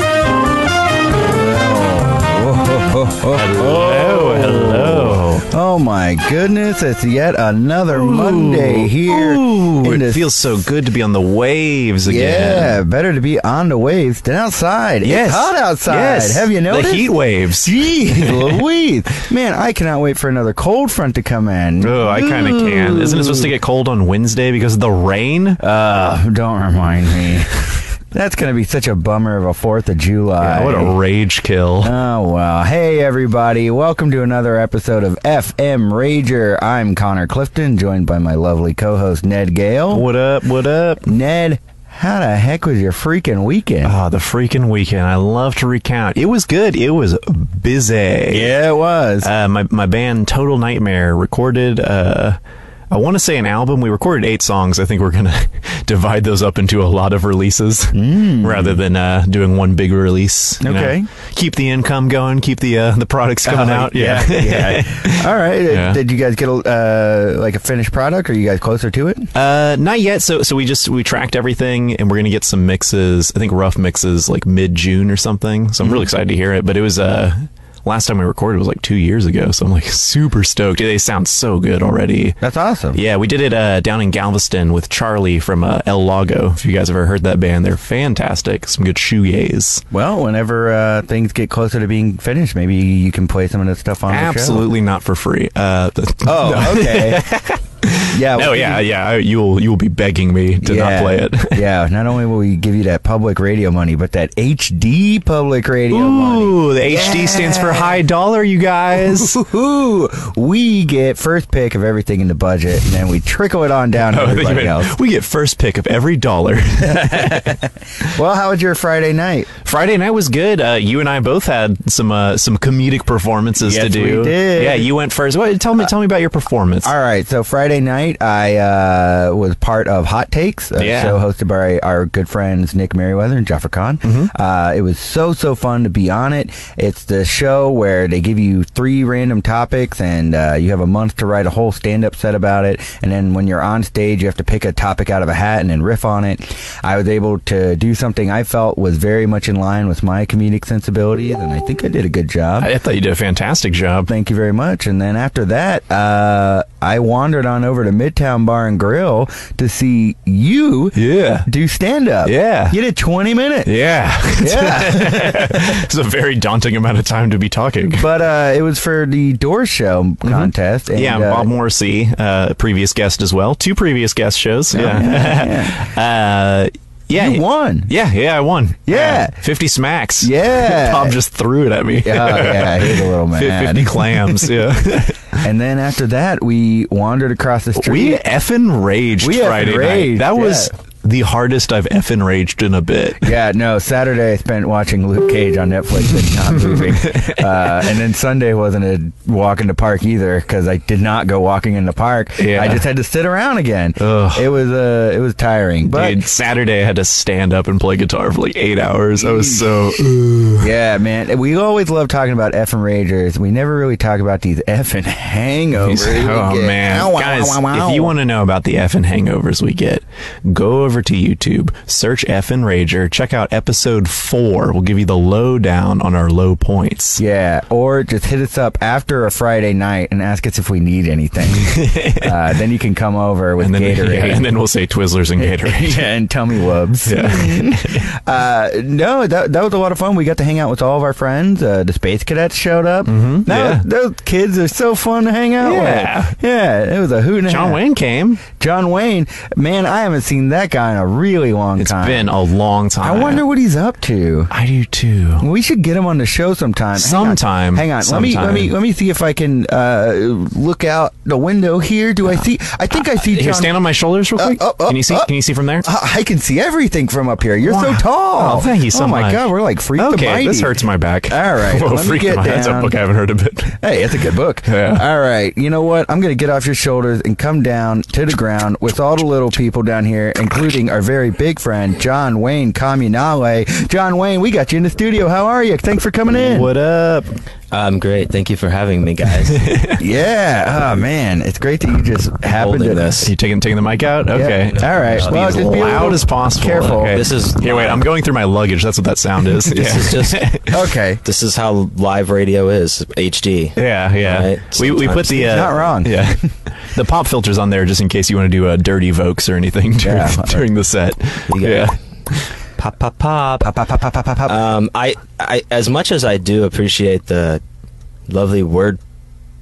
Oh, my goodness, it's yet another Monday here. Ooh, in it this- feels so good to be on the waves yeah, again. better to be on the waves than outside. Yes. It's hot outside. Yes. Have you noticed? The heat waves. Jeez Louise. Man, I cannot wait for another cold front to come in. Oh, I kind of can. Isn't it supposed to get cold on Wednesday because of the rain? Uh, don't remind me. That's going to be such a bummer of a 4th of July. Yeah, what a rage kill. Oh, well. Hey, everybody. Welcome to another episode of FM Rager. I'm Connor Clifton, joined by my lovely co host, Ned Gale. What up? What up? Ned, how the heck was your freaking weekend? Ah, the freaking weekend. I love to recount. It was good. It was busy. yeah, it was. Uh, my my band Total Nightmare recorded. Uh, I want to say an album. We recorded eight songs. I think we're gonna divide those up into a lot of releases rather than uh, doing one big release. you know. Mm. Okay. keep the income going. Keep the uh, the products coming Oh, out. yeah, Yeah, yeah. All right. Yeah. Did you guys get a, uh, like a finished product? Are you guys closer to it? Uh, not yet. So so we just we tracked everything, and we're gonna get some mixes. I think rough mixes like mid June or something. So I'm Mm. really excited to hear it. But it was uh. Last time we recorded was like two years ago, so I'm like super stoked. They sound so good already. That's awesome. Yeah, we did it uh, down in Galveston with Charlie from uh, El Lago. If you guys ever heard that band, they're fantastic. Some good shoegaze. Well, whenever uh, things get closer to being finished, maybe you can play some of the stuff on the show. Absolutely not for free. Uh, Oh, okay. yeah. no, we- yeah, yeah. I- You'll you'll be begging me to not play it. yeah. Not only will we give you that public radio money, but that HD public radio money. Ooh, the HD stands for high dollar, you guys. Ooh, we get first pick of everything in the budget, and then we trickle it on down to Oh, thank you, everybody man. else. we get first pick of every dollar. Well, how was your Friday night? Friday night was good. Uh, you and I both had some uh, some comedic performances Yes, to do. we did. Yeah, you went first. What, tell me tell me about your performance. All right, so Friday night I uh, was part of Hot Takes, a Yeah. show hosted by our good friends Nick Merriweather and Jaffer Khan. Uh, it was so so fun to be on it. It's the show where they give you three random topics, and uh, you have a month to write a whole stand up set about it. And then when you're on stage, you have to pick a topic out of a hat and then riff on it. I was able to do something I felt was very much in line with my comedic sensibilities, and I think I did a good job. I thought you did a fantastic job. Thank you very much. And then after that, uh, I wandered on over to Midtown Bar and Grill to see you Yeah. do stand up. Yeah. You did 20 minutes. Yeah. Yeah. it's a very daunting amount of time to be talking. but uh, it was for the door show contest. And, Mm-hmm. yeah, uh, Bob Morrissey, uh, previous guest as well. Two previous guest shows. Yeah. Yeah. uh, yeah. You won. Yeah, yeah, I won. Yeah. 50 smacks. Yeah. Bob just threw it at me. Oh, yeah, he was a little Fif- mad. 50 clams. Yeah. And then after that, we wandered across the we street. effing raged We effing Friday raged, night. That was yeah. the hardest I've effing raged in a bit. yeah, no. Saturday I spent watching Luke Cage on Netflix and not moving, uh, and then Sunday wasn't a walk in the park either because I did not go walking in the park. Yeah. I just had to sit around again. Ugh. It was uh, it was tiring, but Dude, Saturday I had to stand up and play guitar for like eight hours. I was so. Yeah, man. We always love talking about effing ragers. We never really talk about these effing hangovers. we Oh get. man, Ow, ow, guys! ow, ow, If you ow. want to know about the effing hangovers we get, go over to YouTube, search effing rager, check out episode four. We'll give you the lowdown on our low points. Yeah, or just hit us up after a Friday night and ask us if we need anything. uh, then you can come over with And then, Gatorade. yeah, and then we'll say Twizzlers and Gatorade. Yeah, and tummy wubs. uh, no, that, that was a lot of fun. We got to hang out with all of our friends. Uh, the space cadets showed up. Mm-hmm. yeah. those kids are so fun to hang out Yeah. with. Yeah, it was a hoot and a John half. Wayne came. John Wayne, man, I haven't seen that guy in a really long It's time. been a long time. I wonder what he's up to. I do too. We should get him on the show sometime. Hang on. Sometime. Hang on. Let me let Sometime. me let me see if I can uh, look out the window here. Do I see? I think I see Here, John. Uh, stand on my shoulders real quick. up, up, can you see? up. Can you see from there? I I can see everything from up here. You're so Wow. tall. Oh, thank you so Oh my much. god, we're like freak the okay, mighty. this hurts my back. All right, Whoa, let me freak get my That's a down. book I haven't heard of it. Hey, it's a good book. Yeah. All right. You know what? I'm going to get off your shoulders and come down to the ground with all the little people down here, including our very big friend, John Wayne Communale. John Wayne, we got you in the studio. How are you? Thanks for coming in. What up? I'm great. Thank you for having me, guys. yeah. Oh man, it's great that you just happened Holding to this. You taking taking the mic out? Okay. All right. Well, Just be as just be a loud little as possible. careful. Okay. This is Here, wait. live. I'm going through my luggage. That's what that sound is. This is just Okay. this is how live radio is HD. Yeah, yeah. Right? We, we put Sometimes the it's uh, not wrong. Yeah, the pop filters on there just in case you want to do uh, dirty vocals or anything during, Yeah. during the set. You got Yeah, it. Pop pop pop. Pop, pop, pop, pop, pop, pop, pop. Um, I, I as much as I do appreciate the lovely word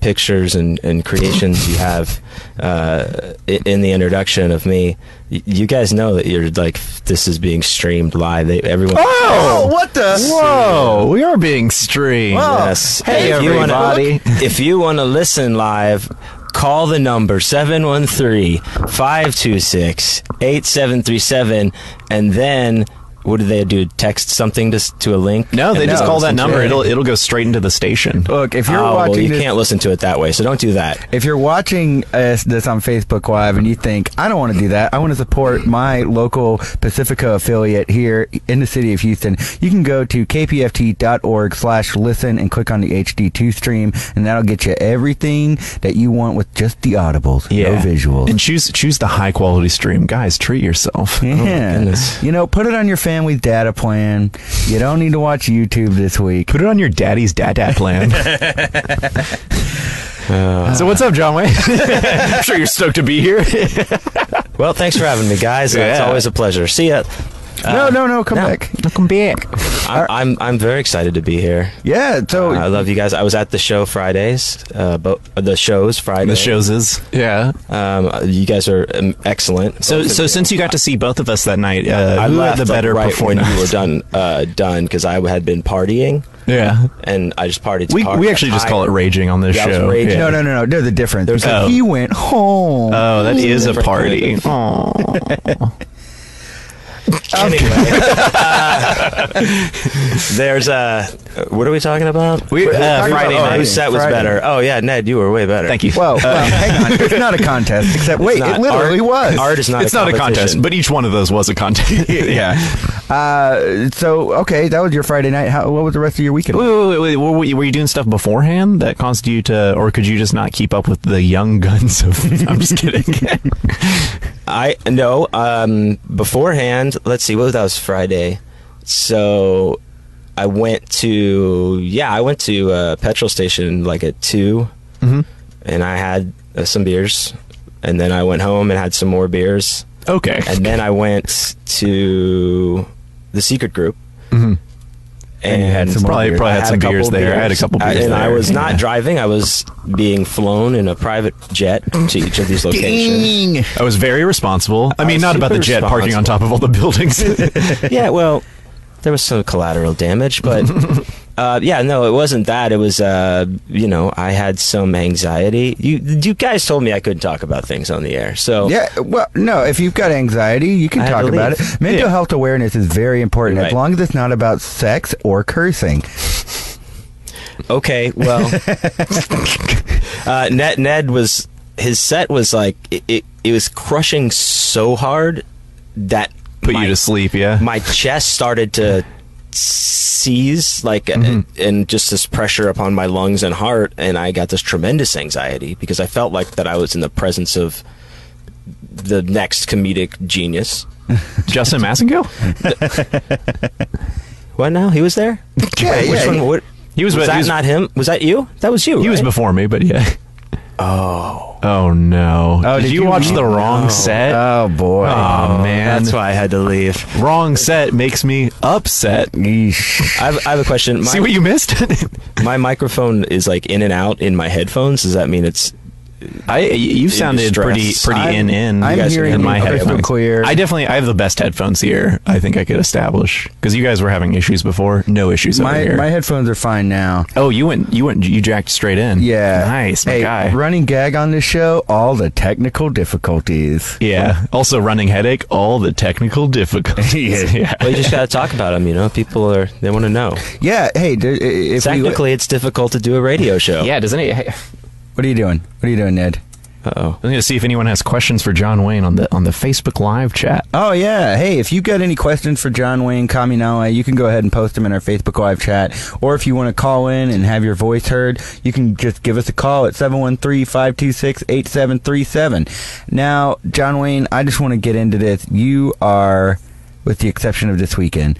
pictures and, and creations you have uh, i- in the introduction of me, y- you guys know that you're like this is being streamed live. They, everyone. oh, what the? Whoa, we are being streamed. Whoa. Yes. Oh, Hey, If you wanna- everybody. if you want to listen live, call the number 713-526-8737 and then what do they do? Text something to s- to a link? No, they And just then call that listen to number. it? It'll it'll go straight into the station. Look, if Ah, you're oh, watching well, you this, can't listen to it that way, so don't do that. if you're watching us this on Facebook Live and you think I don't want to do that, I want to support my local Pacifica affiliate here in the city of Houston, you can go to kpft.org/listen and click on the HD2 stream, and that'll get you everything that you want with just the audibles, no visuals. And choose choose the high quality stream, guys. Treat Oh, yourself. yeah. Oh, goodness. you know, put it on your family's data plan. You don't need to watch YouTube this week. Put it on your daddy's dad dad plan. so what's up, John Wayne? I'm sure you're stoked to be here. Well, thanks for having me, guys. Uh, It's Yeah. always a pleasure. See ya. no, no, no, come Uh, no. back. Welcome back. I, I'm I'm very excited to be here. Yeah, Oh, so Uh, I love you guys. I was at the show Fridays, uh, but the shows Friday. The shows is yeah. Um, you guys are um, excellent. So, Both of so you. since you got to see both of us that night, uh, I who had left the better like, right when performance? you were done, uh, done because I had been partying yeah, and I just partied. to we, party. we actually just I- call it raging on this Yeah, I was show. raging. Yeah. No, no, no, no. There's a difference. There's- because Oh. he went home. Oh, that is a Different party. kind Aw. Anyway, there's uh, what are we talking about? We- We're- uh, we're talking Friday about night. Whose set was Friday. better? Oh yeah, Ned, you were way better. Thank you. Well, well, hang on. It's not a contest, except wait, not. it literally was. Art is not. it's a not a contest, competition. but each one of those was a contest. yeah. Uh, so okay, that was your Friday night. How, what was the rest of your weekend? Wait, wait, wait, wait. Were, were you- were you doing stuff beforehand that caused you to, or could you just not keep up with the young guns of? I'm just kidding. I no. Um, beforehand, let's see. What that was Friday. So I went to yeah, I went to a petrol station like at 2 Mhm. and I had uh, some beers, and then I went home and had some more beers, okay. and then I went to the secret group. Mhm. And, you had some more Probably, beers. probably I had, had some a couple beers there. I had a beers. couple I- beers and I there. was not Yeah. driving. I was being flown in a private jet to each of these locations. Ding. I was very responsible. I mean, was not about the super jet parking on top of all the buildings. yeah, well, there was some collateral damage, but uh, yeah, no, it wasn't that. It was, uh, you know, I had some anxiety. You, you guys told me I couldn't talk about things on the air, so Yeah, well, no. If you've got anxiety, you can I had talk to about leave. it. Mental Yeah. health awareness is very important, as Right. long as it's not about sex or cursing. okay, well, uh, Ned, Ned was his set was like it, it, it was crushing so hard that Put my- you to sleep. Yeah. my chest started to seize like Mm-hmm. and just this pressure upon my lungs and heart and i got this tremendous anxiety because i felt like that i was in the presence of the next comedic genius Justin Massengill. what now he was there Yeah, Wait, which yeah. one what, He was- was he that was- not him was that you that was you He was right? before me, but yeah. Oh. Oh no. Oh, did, did you, you watch leave? the wrong set? Oh boy. Eh. Aw, man. Uh, that's why i had to leave Wrong set makes me upset. Yeesh. i have, I have a question See my, what you missed? my microphone is like in and out in my headphones does that mean it's I you sounded distress. pretty pretty I'm- in in. I'm you guys hearing in my you crystal headphones. clear. I definitely I have the best headphones here. I think I could establish because you guys were having issues before. No issues over My here. my headphones are fine now. oh, you went you went you jacked straight in. Yeah. nice my Hey, guy. running gag on this show, all the technical difficulties. yeah. Also running headache. All the technical difficulties. yeah. well you just gotta talk about them you know people are they want to know Yeah. Hey, d- if we, Technically, it's difficult to do a radio show. Yeah. Doesn't it? what are you doing? What are you doing, Ned? oh. I'm gonna see if anyone has questions for John Wayne on the on the Facebook Live chat. Oh yeah. Hey, if you got any questions for John Wayne Kaminawa, you can go ahead and post them in our Facebook live chat. Or if you want to call in and have your voice heard, you can just give us a call at 713-526-8737. Now, John Wayne, I just want to get into this. You are with the exception of this weekend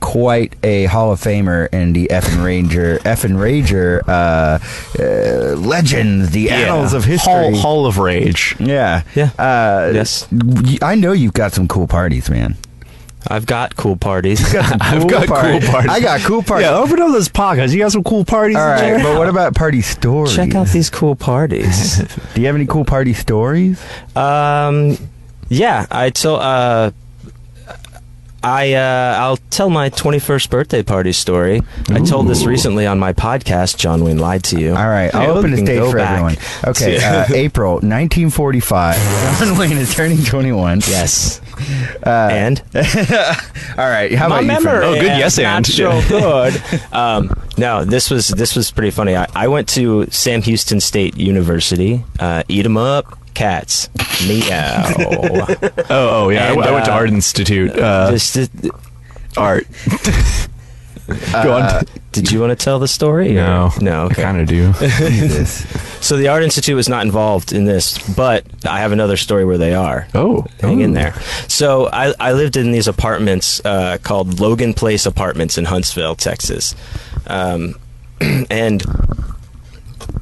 quite a Hall of Famer in the effing Ranger, effing Rager uh, uh, legends, the annals of history. Hall, Hall of Rage. Yeah. Yeah. Uh, Yes. y- I know you've got some cool parties, man. I've got cool parties. I've got cool parties. I got cool parties. Yeah, open up this podcast. You got some cool parties. All in right, there? but what about party stories? Check out these cool parties. Do you have any cool party stories? Um, yeah, I told. Uh, I uh, I'll tell my 21st birthday party story. I told this recently on my podcast. John Wayne lied to you. All right, I'll You open the can stage go for back everyone. Okay, to- uh, April 1945. John Wayne is turning 21. yes. Uh, and All right, how about my you? memory. Frank? Oh, good is yes not and. so good. um, no, this was this was pretty funny. I, I went to Sam Houston State University. Uh, eat 'em up, cats. Meow. Oh, oh yeah. I, And, I went to uh, Art Institute. Uh, Just- did, art. Go on. did you want to tell the story? or- No, No. Okay. I kind of do. Jesus. So the Art Institute was not involved in this, but I have another story where they are. Oh, Hang in there. So I, I lived in these apartments uh, called Logan Place Apartments in Huntsville, Texas. Um, and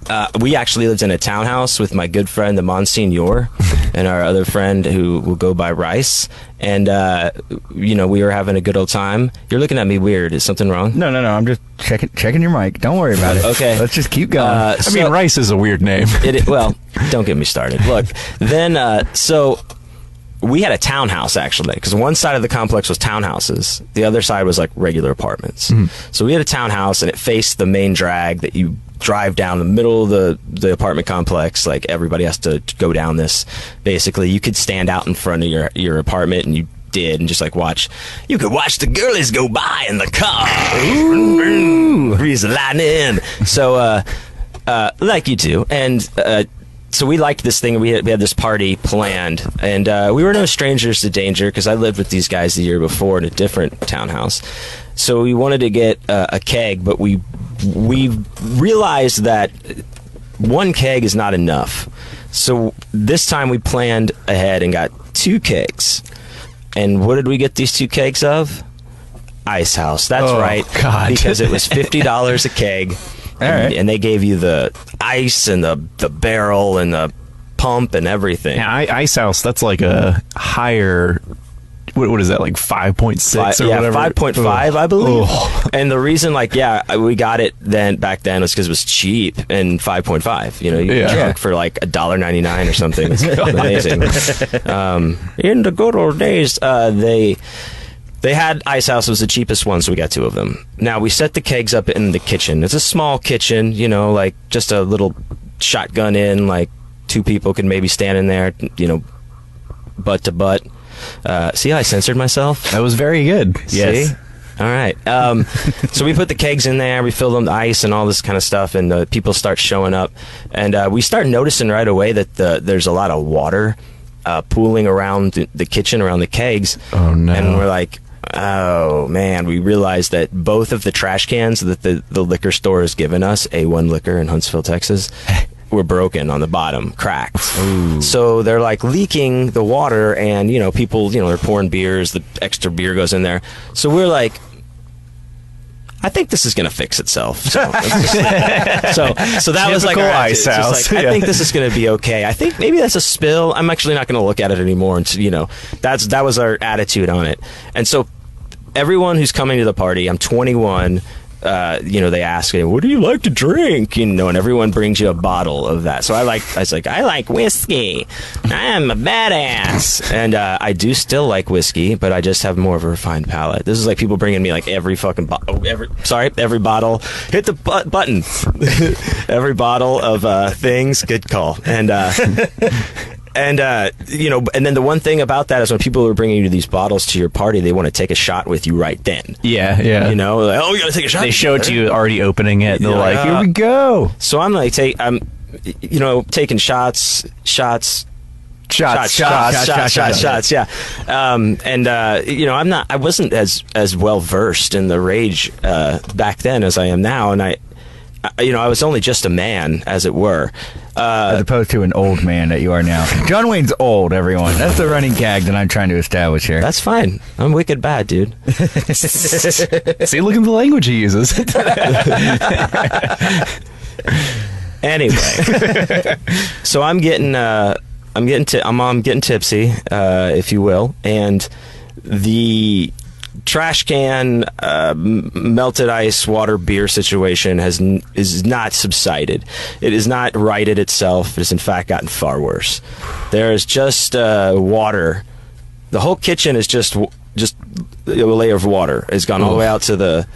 uh, we actually lived in a townhouse with my good friend, the Monsignor, and our other friend who will go by Rice. And, uh, you know, we were having a good old time. You're looking at me weird. Is something wrong? No, no, no. I'm just checking checking your mic. Don't worry about it. Okay. Let's just keep going. Uh, I mean, Rice is a weird name. it, well, don't get me started. Look, then uh, so we had a townhouse actually because one side of the complex was townhouses, the other side was like regular apartments. So we had a townhouse and it faced the main drag that you drive down the middle of the the apartment complex. Like everybody has to go down this. Basically, you could stand out in front of your your apartment and you did and just like watch you could watch the girlies go by in the car breeze of lightning so uh uh like you do and uh so we liked this thing we had, we had this party planned and uh, we were no strangers to danger because i lived with these guys the year before in a different townhouse so we wanted to get uh, a keg but we we realized that one keg is not enough so this time we planned ahead and got two kegs and what did we get these two kegs of? Ice House. That's Oh, right. God. Because it was fifty dollars a keg. and, right. and they gave you the ice and the the barrel and the pump and everything. Yeah, I, Ice House. That's like a higher. What, what is that like? Five point six Fi- or yeah, whatever. five point five, I believe. Ugh. And the reason, like, yeah, I- we got it then back then was because it was cheap and five point five. You know, you Yeah. yeah. drunk for like a dollar ninety nine or something. It's amazing. um, in the good old days, uh, they they had ice house was the cheapest one, so we got two of them. Now we set the kegs up in the kitchen. It's a small kitchen, you know, like just a little shotgun in, like two people can maybe stand in there, you know, butt to butt. Uh, see how I censored myself? That was very good. See? All right. Um, so we put the kegs in there, we fill them with ice and all this kind of stuff, and uh, people start showing up, and uh, we start noticing right away that the, there's a lot of water uh, pooling around the, the kitchen, around the kegs. Oh, no. And we're like, oh man, we realized that both of the trash cans that the, the liquor store has given us, A1 Liquor in Huntsville, Texas. Were broken on the bottom, cracked. So they're like leaking the water, and you know, people, you know, they're pouring beers, the extra beer goes in there. So we're like, I think this is going to fix itself. So, so, so that was like, Typical our attitude. ice It's just house, like, yeah. I think this is going to be okay. I think maybe that's a spill. I'm actually not going to look at it anymore. And you know, that's that was our attitude on it. And so everyone who's coming to the party, I'm 21. Uh, you know, they ask, "Hey, "What do you like to drink?" You know, and everyone brings you a bottle of that. So I like, I was like, I like whiskey. I am a badass, and uh, I do still like whiskey, but I just have more of a refined palate. This is like people bringing me like every fucking bo- oh, every sorry, every bottle. Hit the bu- button. every bottle of uh, things. Good call. And uh, and uh, you know, and then the one thing about that is when people are bringing you these bottles to your party, they want to take a shot with you right then. Yeah, yeah. You know, like, oh, you gotta take a shot. they show it to you already opening it. They're Yeah. like, "Here we go." So I'm like, take, I'm y- you know, taking shots, shots, Shots, shots, shots, shots, shots, shots, shots, shots, yeah. Um, and uh, you know, I'm not, I wasn't as as well versed in the rage uh, back then as I am now, and I, I, you know, I was only just a man, as it were. as Uh, opposed to an old man that you are now. John Wayne's old, everyone. That's the running gag that I'm trying to establish here. that's fine. I'm wicked bad, dude. See, look at the language he uses. Anyway, so I'm getting, uh, I'm getting, ti I'm, I'm getting tipsy, uh, if you will, and the trash can, uh, m- melted ice, water, beer situation has n- is not subsided. It is not righted itself. It has in fact gotten far worse. There is just uh, water. The whole kitchen is just w- just a layer of water. It's gone all the way out to the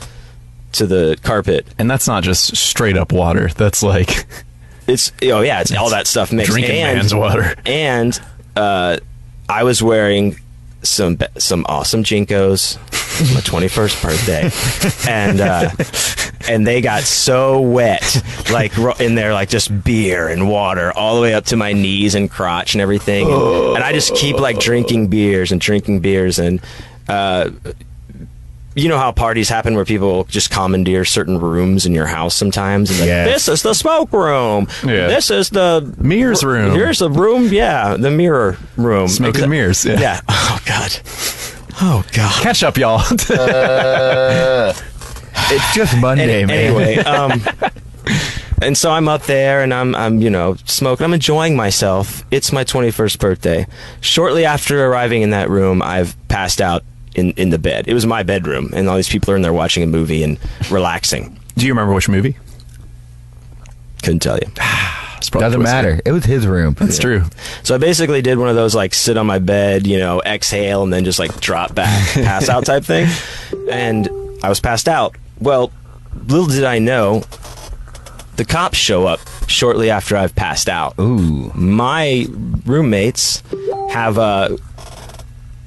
to the carpet. and that's not just straight up water. That's like It's oh yeah, it's all that stuff mixed. drinking and, man's water. And uh, I was wearing some be- some awesome jinkos, It's my twenty first birthday, and uh, and they got so wet, like ro- in there, like just beer and water all the way up to my knees and crotch and everything. And, and I just keep like drinking beers and drinking beers and. Uh, you know how parties happen where people just commandeer certain rooms in your house sometimes, and like, Yes. this is the smoke room. Yeah. This is the Mirror's room. Here's the room. Yeah, the mirror room. Smoke and Exa- mirrors, yeah. Yeah. Oh god. Oh god. Catch up, y'all. it's just Monday, Any- man. anyway, um, and so I'm up there and I'm I'm you know smoking. I'm enjoying myself. It's my 21st birthday. Shortly after arriving in that room, I've passed out in in the bed. It was my bedroom, and all these people are in there watching a movie and relaxing. Do you remember which movie? Couldn't tell you. It's probably Doesn't Twisted. matter. It was his room. It's true. So I basically did one of those like sit on my bed, you know, exhale and then just like drop back, pass out type thing. And I was passed out. Well, little did I know, the cops show up shortly after I've passed out. Ooh. My roommates have uh,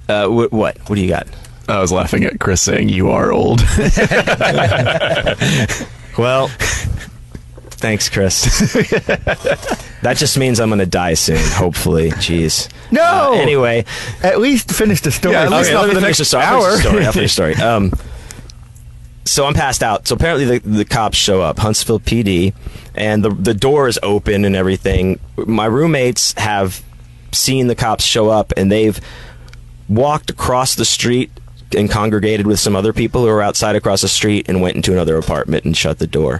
uh, wh- what? What do you got? I was laughing at Chris saying, "You are old." Well, thanks, Chris. that just means I'm gonna die soon. Hopefully, jeez. No! Uh, anyway, At least finish the story. Yeah, at least Okay, not let for me the finish the next story. I'll finish the hour. story. I'll finish the story. Um, so I'm passed out. So apparently the, the cops show up, Huntsville PD, and the the door is open and everything. My roommates have seen the cops show up, and they've walked across the street and congregated with some other people who were outside across the street and went into another apartment and shut the door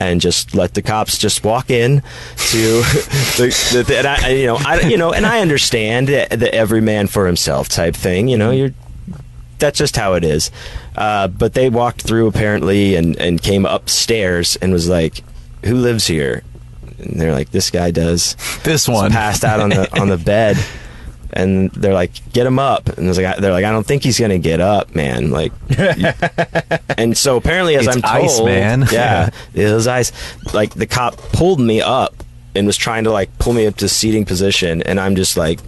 and just let the cops just walk in to the, the, the- and I, you know I you know and I understand the, the every man for himself type thing you know you're that's just how it is uh, but they walked through apparently and and came upstairs and was like who lives here and they're like this guy does this just one passed out on the on the bed, and they're like, "Get him up!" And it's like, they're like, "I don't think he's gonna get up, man." Like, and so apparently, as It's I'm told, ice, man. yeah, it was ice. Like the cop pulled me up and was trying to like pull me up to seating position, and I'm just like,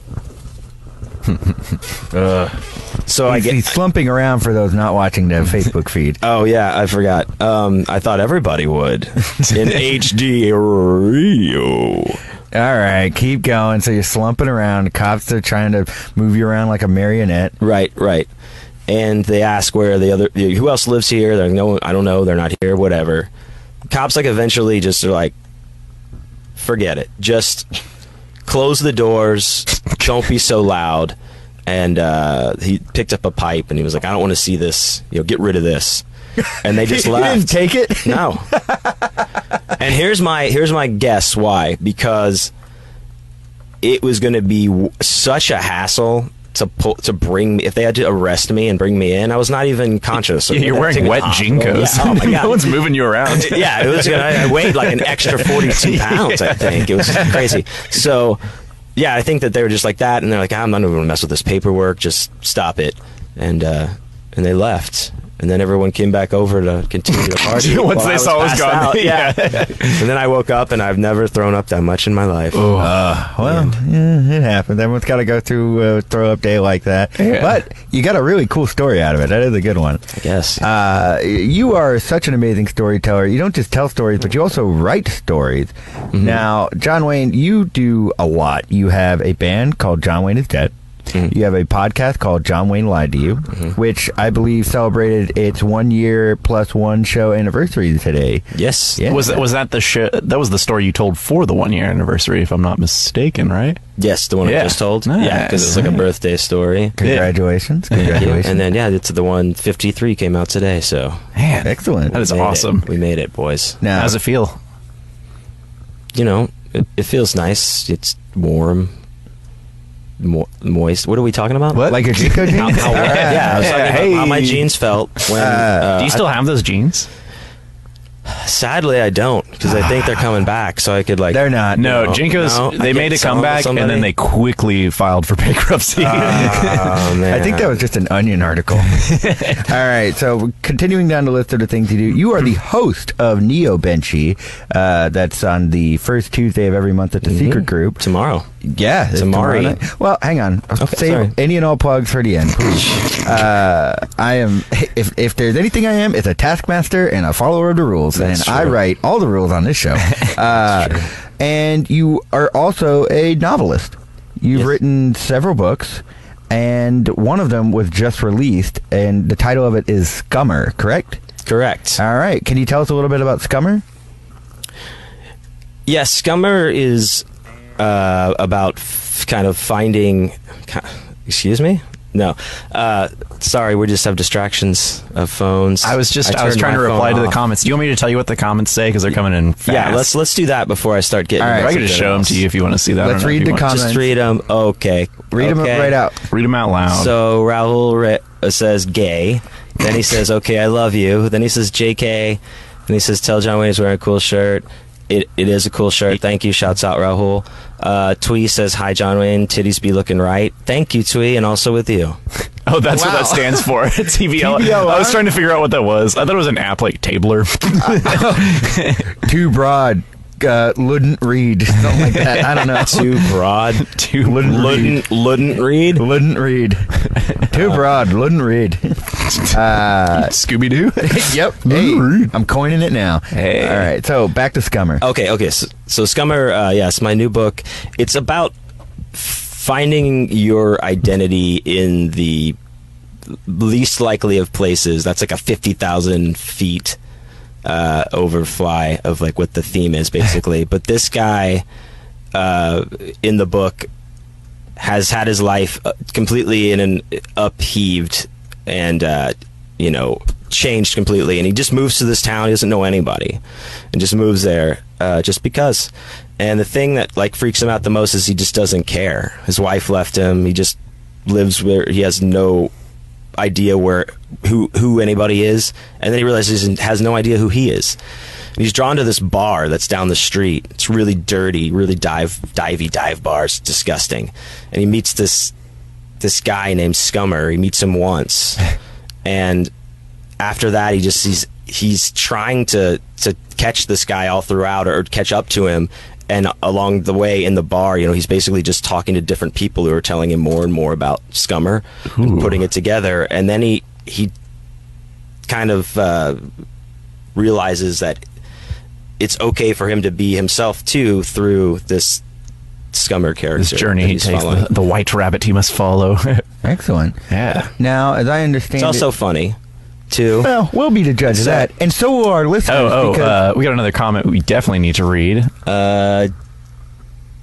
Uh, oh, so I He's, get. he's slumping around for those not watching the Facebook feed. Oh yeah, I forgot. Um, I thought everybody would in HD Rio. All right, keep going. So you're slumping around. Cops are trying to move you around like a marionette. Right, right. And they ask where the other who else lives here. They're like, no, I don't know. They're not here. Whatever. Cops like eventually just are like, forget it. Just close the doors. don't be so loud. And uh, he picked up a pipe and he was like, I don't want to see this. You know, get rid of this. And they just You left. didn't take it. No. and here's my here's my guess why because it was going to be w- such a hassle to pull, to bring me if they had to arrest me and bring me in. I was not even conscious. of You're that. wearing Take me wet to hospital. jinkos. Yeah. Oh my god. no one's moving you around. yeah, it was. Gonna, I weighed like an extra forty-two pounds. I think it was crazy. So, yeah, I think that they were just like that, and they're like, "I'm not even gonna mess with this paperwork. Just stop it," and uh, and they left. and then everyone came back over to continue to party. Once while they I saw I was passed gone, out. yeah. and then I woke up, and I've never thrown up that much in my life. Oh. Uh, well, yeah, it happens. Everyone's got to go through a throw up day like that. Yeah. But you got a really cool story out of it. That is a good one. I guess. Uh, you are such an amazing storyteller. You don't just tell stories, but you also write stories. Now, John Wayne, you do a lot. You have a band called John Wayne is Dead. You have a podcast called John Wayne Lied to You, which I believe celebrated its one year plus one show anniversary today. yes. Yeah. Was that was that the show? That was the story you told for the one year anniversary, if I'm not mistaken, right? Yes, the one Yeah. I just told. Nice. Yeah, because it was like a birthday story. Congratulations. Yeah, Congratulations. and then yeah, it's the one fifty three came out today. So Man, Excellent. That is we made it. awesome. We made it, boys. Now, How does it feel? You know, it, it feels nice. It's warm, mo- moist. What are we talking about? Like your Chico jeans? How, how- All right. yeah, I was talking about how my Hey. jeans felt when. Uh, uh, Do you still have those jeans? I- uh, sadly, I don't because I think they're coming back. So I could like. They're not. No, no, Jinkos. no, they I made a can't sell them to comeback and then somebody. they quickly filed for bankruptcy. Oh, man. I think that was just an Onion article. All right, so continuing down the list of the things you do, you are the host of Neo Benchy. Uh, that's on the first Tuesday of every month at Mm-hmm. the Secret Group. tomorrow. Yeah, it's Tamari. tomorrow night. Well, hang on. Okay, Save sorry. any and all plugs for the end, please. uh, I am. If if there's anything I am, it's a taskmaster and a follower of the rules, That's and I true. write all the rules on this show. Uh, and you are also a novelist. You've Yes. written several books, and one of them was just released, and the title of it is Scummer. Correct. Correct. All right. Can you tell us a little bit about Scummer? Yes, Scummer is uh, about f- kind of finding. ki- Excuse me. No, uh, sorry, we just have distractions of phones. I was just I, was trying turned to my phone reply to the off. comments. Do you want me to tell you what the comments say because they're coming in fast? Yeah, let's let's do that before I start getting. All right. I can just show them to you if you want to see that. I Let's don't know if read you the want- comments. Just read them. Okay, Read them Okay. right out. Just read them out loud. So Raul re- uh, says gay. Then he says, "Okay, I love you." Then he says, "JK." Then he says, "Tell John Wayne he's wearing a cool shirt." It, it is a cool shirt. Thank you. Shouts out Rahul. Uh, Twee says, "Hi John Wayne. Titties be looking right." Thank you, Twee, and also with you. oh, that's what Wow. that stands for. TBL. I was trying to figure out what that was. I thought it was an app like Tabler. Too broad. Uh, Ludent read something like that. I don't know. Too broad. Too Ludden Ludden Reed. Wouldn't read. Too broad. Wouldn't read. Scooby Doo. yep. Hey, I'm coining it now. Hey. All right. So back to Scummer. Okay, okay. So, so Scummer, uh, yes, my new book. It's about finding your identity in the least likely of places. That's like a fifty thousand feet uh, overfly of like what the theme is basically. but this guy uh, in the book has had his life uh, completely in an uh, upheaved and uh, you know changed completely and he just moves to this town he doesn't know anybody and just moves there uh, just because and the thing that like freaks him out the most is he just doesn't care his wife left him he just lives where he has no idea where who who anybody is, and then he realizes he has no idea who he is. And he's drawn to this bar that's down the street. It's really dirty, really dive divey dive bars, disgusting. And he meets this this guy named Scummer. He meets him once, and after that, he just he's he's trying to to catch this guy all throughout or catch up to him. And along the way in the bar, you know, he's basically just talking to different people who are telling him more and more about Scummer, and putting it together. And then he he kind of uh, realizes that it's okay for him to be himself too through this Scummer character. This journey that he he's takes, following. the, the white rabbit he must follow. Excellent. yeah. Now, as I understand, It's also uh, it, funny too. well, we'll be the judge of So- that, and so will our listeners. Oh, oh, because uh, we got another comment we definitely need to read. Uh,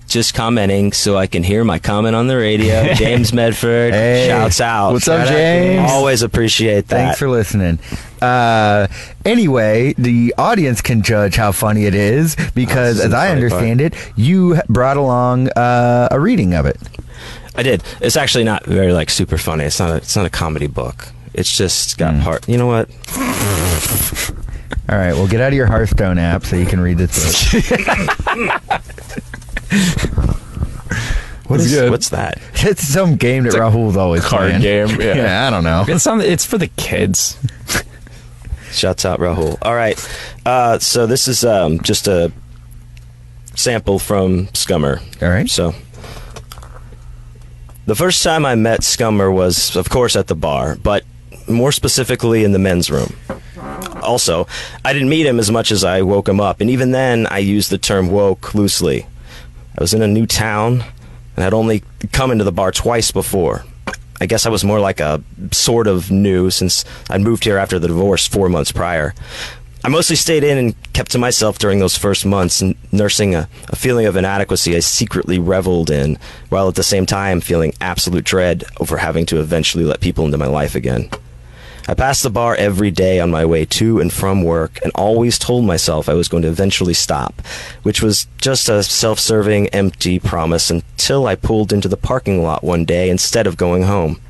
just commenting so I can hear my comment on the radio. James Medford Hey. shouts out. What's up, Shout out, James? Always appreciate that. Thanks for listening. Uh, anyway, the audience can judge how funny it is because, is as the I funny understand it, you brought along uh, a reading of it. I did. It's actually not very like super funny. It's not. A, it's not a comedy book. It's just got Hmm. part. You know what? All right, well, get out of your Hearthstone app so you can read this book. What It's is- good. What's that? it's some game that a Rahul's always card playing. game, yeah. I don't know. It's on, It's for the kids. Shouts out Rahul. All right. Uh, so this is um, just a sample from Scummer. All right. So the first time I met Scummer was, of course, at the bar, but more specifically in the men's room. Also, I didn't meet him as much as I woke him up, and even then, I used the term woke loosely. I was in a new town and had only come into the bar twice before. I guess I was more like a sort of new since I'd moved here after the divorce four months prior. I mostly stayed in and kept to myself during those first months, n- nursing a, a feeling of inadequacy I secretly reveled in, while at the same time feeling absolute dread over having to eventually let people into my life again. I passed the bar every day on my way to and from work and always told myself I was going to eventually stop, which was just a self serving, empty promise until I pulled into the parking lot one day instead of going home.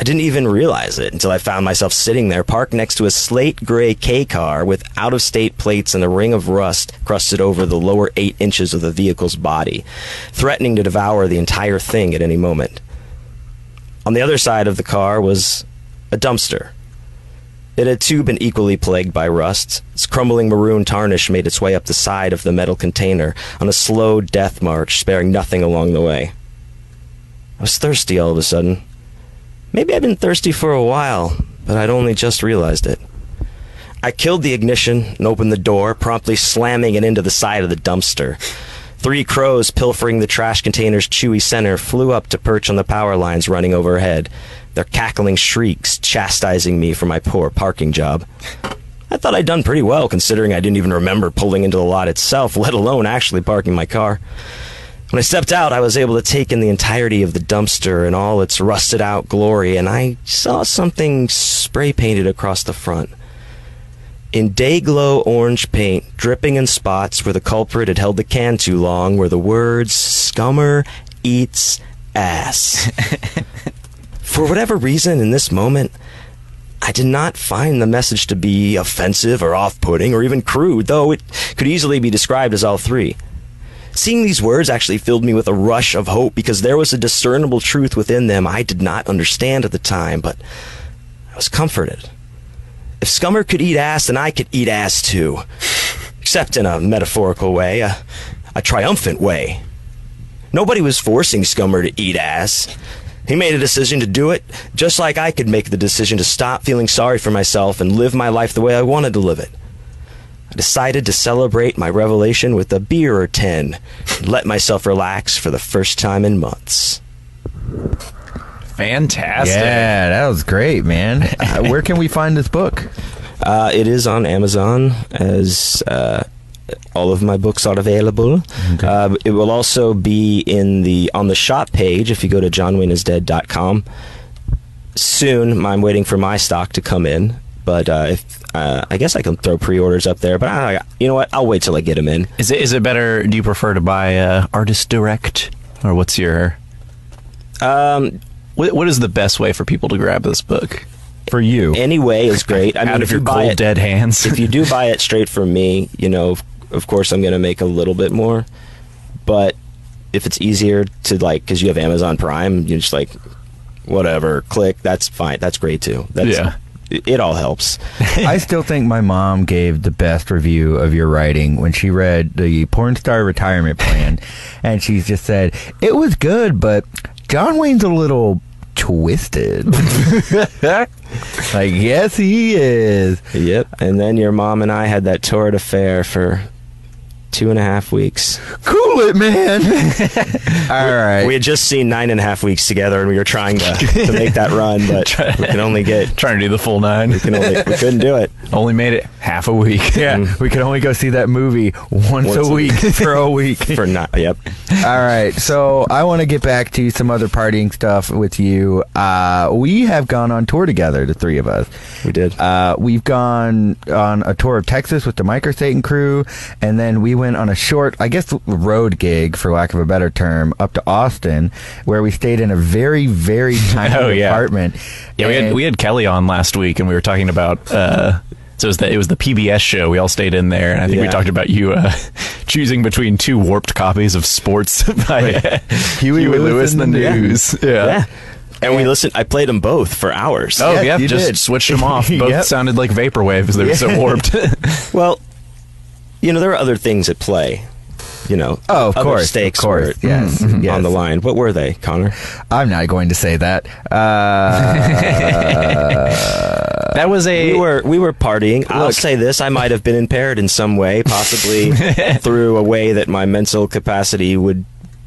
I didn't even realize it until I found myself sitting there parked next to a slate gray K car with out of state plates and a ring of rust crusted over the lower eight inches of the vehicle's body, threatening to devour the entire thing at any moment. On the other side of the car was a dumpster. It had too been equally plagued by rust. Its crumbling maroon tarnish made its way up the side of the metal container on a slow death march, sparing nothing along the way. I was thirsty all of a sudden. Maybe I'd been thirsty for a while, but I'd only just realized it. I killed the ignition and opened the door, promptly slamming it into the side of the dumpster. Three crows pilfering the trash container's chewy center flew up to perch on the power lines running overhead, their cackling shrieks chastising me for my poor parking job. I thought I'd done pretty well considering I didn't even remember pulling into the lot itself, let alone actually parking my car. When I stepped out, I was able to take in the entirety of the dumpster and all its rusted out glory, and I saw something spray painted across the front. In day glow orange paint, dripping in spots where the culprit had held the can too long, were the words Scummer eats ass. For whatever reason, in this moment, I did not find the message to be offensive or off putting or even crude, though it could easily be described as all three. Seeing these words actually filled me with a rush of hope because there was a discernible truth within them I did not understand at the time, but I was comforted. If Scummer could eat ass, then I could eat ass too. Except in a metaphorical way, a, a triumphant way. Nobody was forcing Scummer to eat ass. He made a decision to do it, just like I could make the decision to stop feeling sorry for myself and live my life the way I wanted to live it. I decided to celebrate my revelation with a beer or ten and let myself relax for the first time in months. Fantastic. Yeah, that was great, man. uh, where can we find this book? Uh, it is on Amazon as uh, all of my books are available. Uh, it will also be in the on the shop page if you go to johnwayneisdead.com. Soon, I'm waiting for my stock to come in, but uh, if uh, I guess I can throw pre-orders up there. But I, you know what? I'll wait till I get them in. Is it is it better? Do you prefer to buy uh, artist direct, or what's your Um, what, what is the best way for people to grab this book for you? anyway, is great. I mean, out if of your you buy cold it- dead hands. if you do buy it straight from me, you know, of, of course I'm going to make a little bit more. But if it's easier to like, because you have Amazon Prime, you're just like, whatever, click. That's fine. That's great too. That's, Yeah. It, it all helps. I still think my mom gave the best review of your writing when she read the porn star retirement plan, and she just said it was good, but John Wayne's a little twisted. like, yes, he is. yep. And then your mom and I had that torrid affair for two and a half weeks. Cool it, man. All right. We had just seen nine and a half weeks together, and we were trying to, to make that run, but we could only get. Trying to do the full nine, we could only, we couldn't do it. only made it half a week. yeah, we could only go see that movie once, Once a a week for a week. For not, yep. All right, so I want to get back to some other partying stuff with you. Uh, we have gone on tour together, the three of us. We did. Uh, we've gone on a tour of Texas with the Micro Satan crew, and then we went on a short, I guess, road gig, for lack of a better term, up to Austin, where we stayed in a very, very tiny Oh, yeah. apartment. Yeah, we had And- we had Kelly on last week, and we were talking about. Uh, so it was, the, it was the PBS show. We all stayed in there, and I think we Yeah. talked about you uh, choosing between two warped copies of sports by Huey, Huey Lewis Lewis and the and- yeah. News. Yeah. Yeah. and we listened. I played them both for hours. Oh Yeah, yeah, you just did. switched them off. Both Yep. sounded like vaporwaves. They were so warped. Well, you know there are other things at play. You know, Oh, of other course, of stakes course, were yes, Mhm. yes. on the line. What were they, Connor? I'm not going to say that. Uh, that was a we were we were partying. I'll Look. say this: I might have been impaired in some way, possibly through a way that my mental capacity would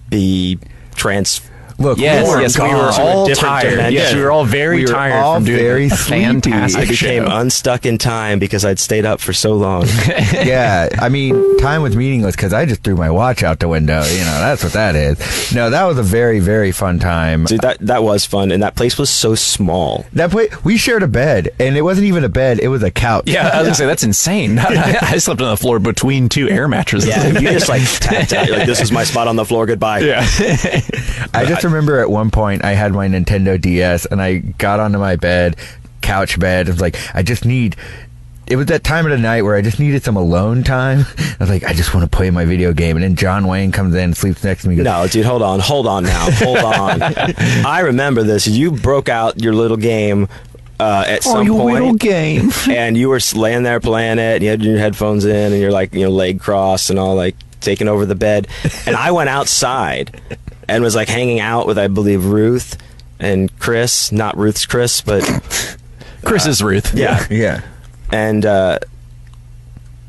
be trans. look, yes, we were yes. We gone. were Sort of all different tired. dimension. Yes, we were all very We were tired all from doing very a sleepy. I fantastic became show. unstuck in time because I'd stayed up for so long. yeah, I mean, time was meaningless because I just threw my watch out the window. You know, that's what that is. No, that was a very, very fun time. Dude, that that was fun, and that place was so small. That place, we shared a bed, and it wasn't even a bed; it was a couch. yeah, I was gonna say that's insane. I slept on the floor between two air mattresses. Yeah, you just like tapped out. You're like, this is my spot on the floor. Goodbye. yeah. I just remember at one point I had my Nintendo DS, and I got onto my bed, couch bed. I was like, I just need. It was that time of the night where I just needed some alone time. I was like, I just want to play my video game, and then John Wayne comes in, sleeps next to me. Goes, No, dude, hold on, hold on now, hold on. I remember this. You broke out your little game uh, at some point, game. and you were s- laying there playing it. And you had your headphones in, and you're like, you know, leg crossed and all, like taking over the bed. And I went outside and was like hanging out with, I believe, Ruth and Chris. Not Ruth's Chris, but Chris is Ruth. yeah, Yeah, and uh,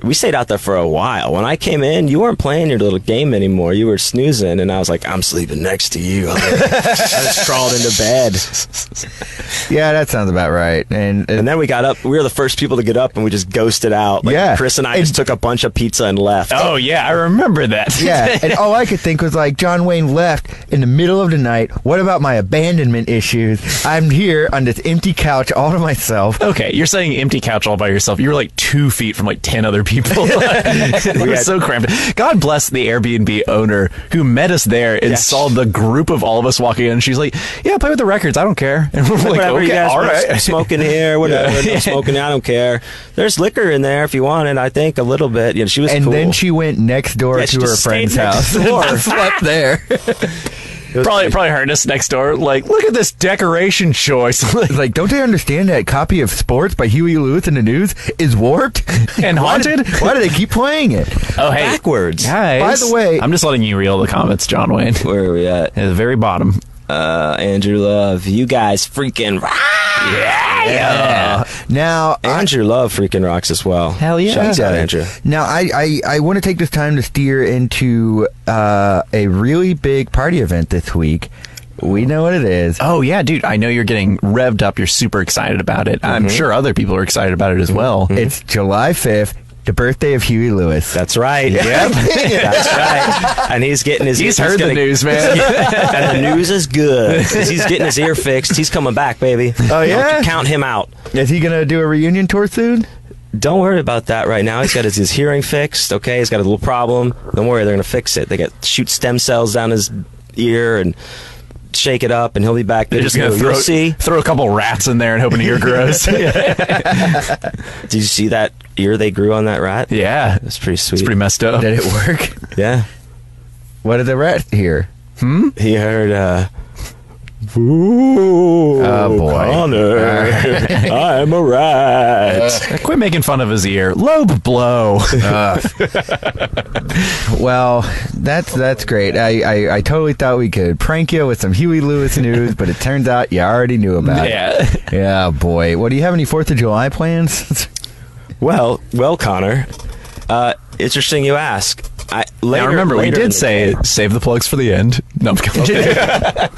we stayed out there for a while. When I came in, you weren't playing your little game anymore. You were snoozing, and I was like, "I'm sleeping next to you." I just crawled into bed, yeah, that sounds about right. And, and then we got up. We were the first people to get up, and we just ghosted out. Like, Yeah. Chris and I And- just took a bunch of pizza and left. Oh yeah, I remember that. yeah, and all I could think was like, John Wayne left in the middle of the night. What about my abandonment issues? I'm here on this empty couch all to myself. Okay, you're saying empty couch all by yourself. You were like two feet from like ten other people. we were had- so cramped. God bless the Airbnb owner who met us there and Yes. saw the group of all of us walking in. And she's like, "Yeah, play with the records. I don't care." And we're like, whatever you "Okay, guys all want, right." s- smoking here, whatever. No smoking, I don't care. There's liquor in there if you want it. I think a little bit. You know, she was And cool. then she went next door Yeah, she to her just stayed friend's next house and slept there. It was Probably, crazy. probably heard us next door. Like, look at this decoration choice. It's like, don't they understand that copy of Sports by Huey Lewis in the News is warped And Why did- haunted? Why do they keep playing it? oh, hey, backwards. Guys, By the way- I'm just letting you read all the comments, John Wayne, at Where are we at? the very bottom. uh, Andrew Love. You guys freaking rock. Uh, Yeah. Now, I- Andrew Love freaking rocks as well. Hell yeah. Shouts He out, does. Andrew. Now, I, I, I want to take this time to steer into uh, a really big party event this week. We know what it is. Uh-huh. Oh yeah, dude! I know you're getting revved up. You're super excited about it. Mm-hmm. I'm sure other people are excited about it as well. It's July 5th, the birthday of Huey Lewis. That's right. Yep. That's right. And he's getting his. He's heard the gonna- news, man. and the news is good. 'Cause He's getting his ear fixed. He's coming back, baby. Oh, yeah? count him out. Is he going to do a reunion tour soon? Don't worry about that right now. He's got his, his hearing fixed. Okay, he's got a little problem. Don't worry, they're gonna fix it. They got shoot stem cells down his ear and shake it up, and he'll be back. They're good just to gonna go. throw You'll see. throw a couple rats in there and hoping ear grows. yeah, Did you see that ear they grew on that rat? it's That's pretty sweet. pretty messed up. Did it work? yeah. what did the rat hear? He heard, uh, Ooh, Oh, boy. Connor, I'm a rat. Quit making fun of his ear. Lobe blow. Well, that's that's great. I, I, I totally thought we could prank you with some Huey Lewis news, but it turns out you already knew about yeah. it. Yeah, boy. What do you have any Fourth of July plans? well, well, Connor, uh, interesting you ask. I, later, Now remember, we later in did the say day- save the plugs for the end. No, I'm kidding.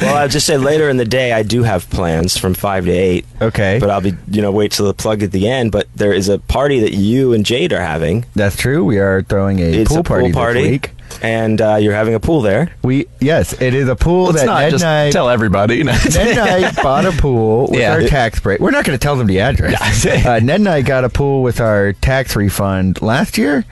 Well, I just said later in the day, I do have plans from five to eight. okay, But I'll be, you know, wait till the plug at the end. But there is a party that you and Jade are having. that's true. We are throwing a It's pool a pool party this party, week. and uh, you're having a pool there. We yes, it is a pool Let's that not Ned just and I tell everybody. You know. Ned and I bought a pool with Yeah. our tax break. We're not going to tell them the address. Yeah. uh, Ned and I got a pool with our tax refund last year.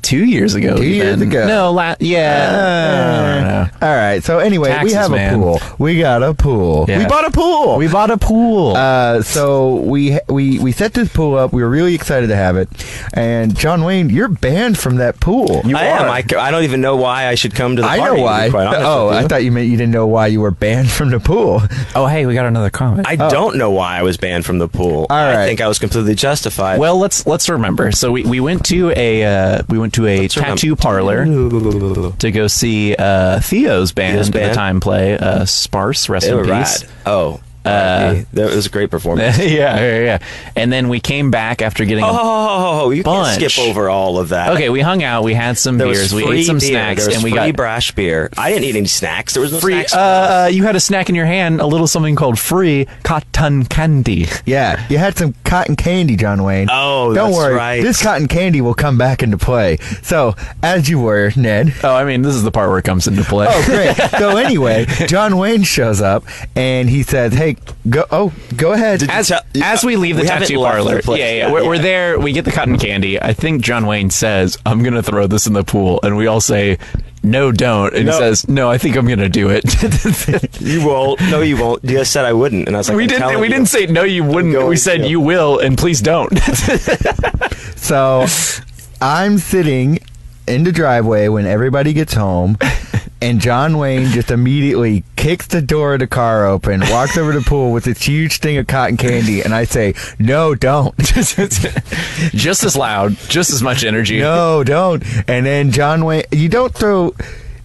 two years ago. Two years even. ago. No, la- Uh, Uh. yeah. I don't know. Uh, All right. So anyway, we Taxes, have man. a pool. We got a pool. Yeah. We bought a pool. We bought a pool. Uh, so we we we set this pool up. We were really excited to have it. And John Wayne, you're banned from that pool. I am. I, c- I don't even know why I should come to the I party. know to be why. quite honest Oh, with I you. thought you meant you didn't know why you were banned from the pool. oh, hey, we got another comment. I don't know why I was banned from the pool. All I right. think I was completely justified. well, let's let's remember. So we, we went to a uh, we went to a remember. tattoo parlor to go see uh, Theo's band, Theo's at band. the time play uh, Sparse Rest they in were Peace. rad. Oh, uh, that was a great performance. yeah, yeah, yeah. And then we came back after getting. a- Oh, you Bunch. can skip over all of that. okay, we hung out. We had some there beers. was We free ate some beer. snacks, there was and we free got brash beer. I didn't eat any snacks. There was no free. snacks. Uh, uh, you had a snack in your hand, a little something called free cotton candy. Yeah, you had some cotton candy, John Wayne. Oh, don't that's worry. right. This cotton candy will come back into play. So as you were, Ned. Oh, I mean, this is the part where it comes into play. Oh, great. so anyway, John Wayne shows up and he says, "Hey, go. Oh, go ahead. as, uh, tell- as we leave the We haven't tattoo left parlor, the place yeah, yeah, yet, We're, yeah. we're there. We get the cotton candy. I think John Wayne says, "I'm gonna throw this in the pool," and we all say, "No, don't." And he No. says, "No, I think I'm gonna do it." you won't. No, you won't. You just said I wouldn't, and I was like, we I'm didn't. telling We you. didn't say no. You wouldn't. going We said to. you will, and please don't. So I'm sitting in the driveway when everybody gets home, and John Wayne just immediately kicks the door of the car open, walks over to the pool with this huge thing of cotton candy, and I say, No, don't. just as loud, just as much energy. No, don't. And then John Wayne, you don't throw.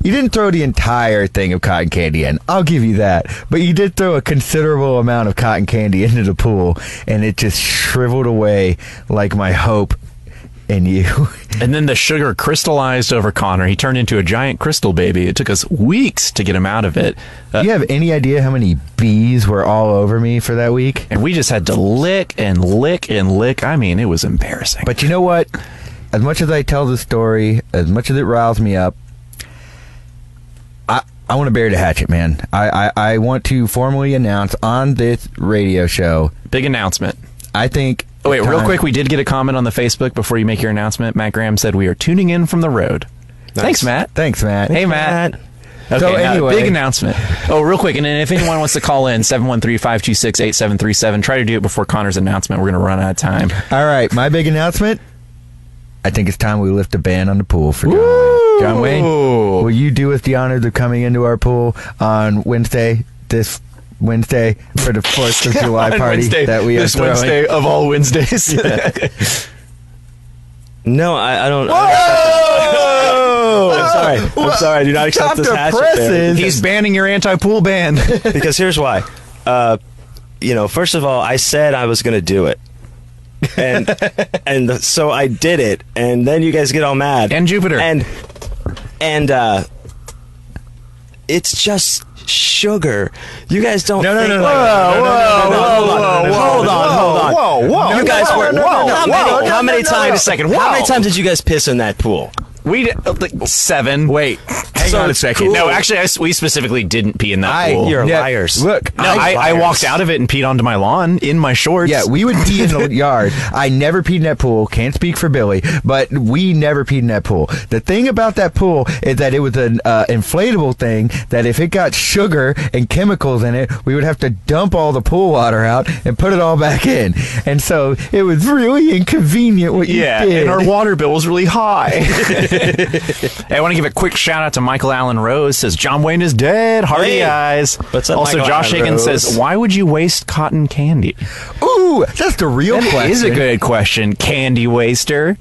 You didn't throw the entire thing of cotton candy in. I'll give you that. But you did throw a considerable amount of cotton candy into the pool, and it just shriveled away like my hope in you. And then the sugar crystallized over Connor. He turned into a giant crystal baby. It took us weeks to get him out of it. Uh, Do you have any idea how many bees were all over me for that week? And we just had to lick and lick and lick. I mean, it was embarrassing. But you know what? As much as I tell the story, as much as it riles me up, I I want to bury the hatchet, man. I, I, I want to formally announce on this radio show. big announcement. I think. Oh, wait, real time- quick, we did get a comment on the Facebook before you make your announcement. Matt Graham said we are tuning in from the road. Thanks, Matt. Thanks, Matt. hey, Matt. Okay, So now, anyway- big announcement. Oh, real quick, and then if anyone wants to call in, 713-526-8737, try to do it before Connor's announcement. We're going to run out of time. All right, my big announcement. I think it's time we lift a ban on the pool for John Wayne. John Wayne, Ooh. will you do us the honors of coming into our pool on Wednesday, this Wednesday, for the 4th of July On party Wednesday, that we are this throwing? Wednesday of all Wednesdays. No, I, I don't. I don't I'm sorry. I'm sorry. I do not accept Stop this the hatchet. presses. There. He's banning your anti-pool ban. because here's why. Uh, you know, first of all, I said I was going to do it, and and so I did it, and then you guys get all mad And Jupiter. and and uh, it's just sugar. You guys don't. No, no, think no, no, like- no, no, no, no, no, no, no, no, hold no, on, no, hold on, whoa, whoa, You whoa, guys whoa, were. no, no, no, how no, many, no, how no, many no, times? no. How many Wow. times did you guys piss in that pool? We did, uh, like seven. Wait, hang So on a it's second. cool. No, actually, I s we specifically didn't pee in that I- pool. You're Yeah, liars. look, no, I, I liars. walked out of it and peed onto my lawn in my shorts. Yeah, we would pee in the yard. I never peed in that pool. Can't speak for Billy, but we never peed in that pool. The thing about that pool is that it was an uh, inflatable thing that if it got sugar and chemicals in it, we would have to dump all the pool water out and put it all back in. And so it was really inconvenient what you Yeah, did. and our water bill was really high. I want to give a quick shout out to Michael Allen Rose. Says John Wayne is dead. Hardy Hey. eyes. What's up, also, Michael Josh Allen Higgins Rose? says, "Why would you waste cotton candy?" Ooh, that's the real That question. is a good question, candy waster.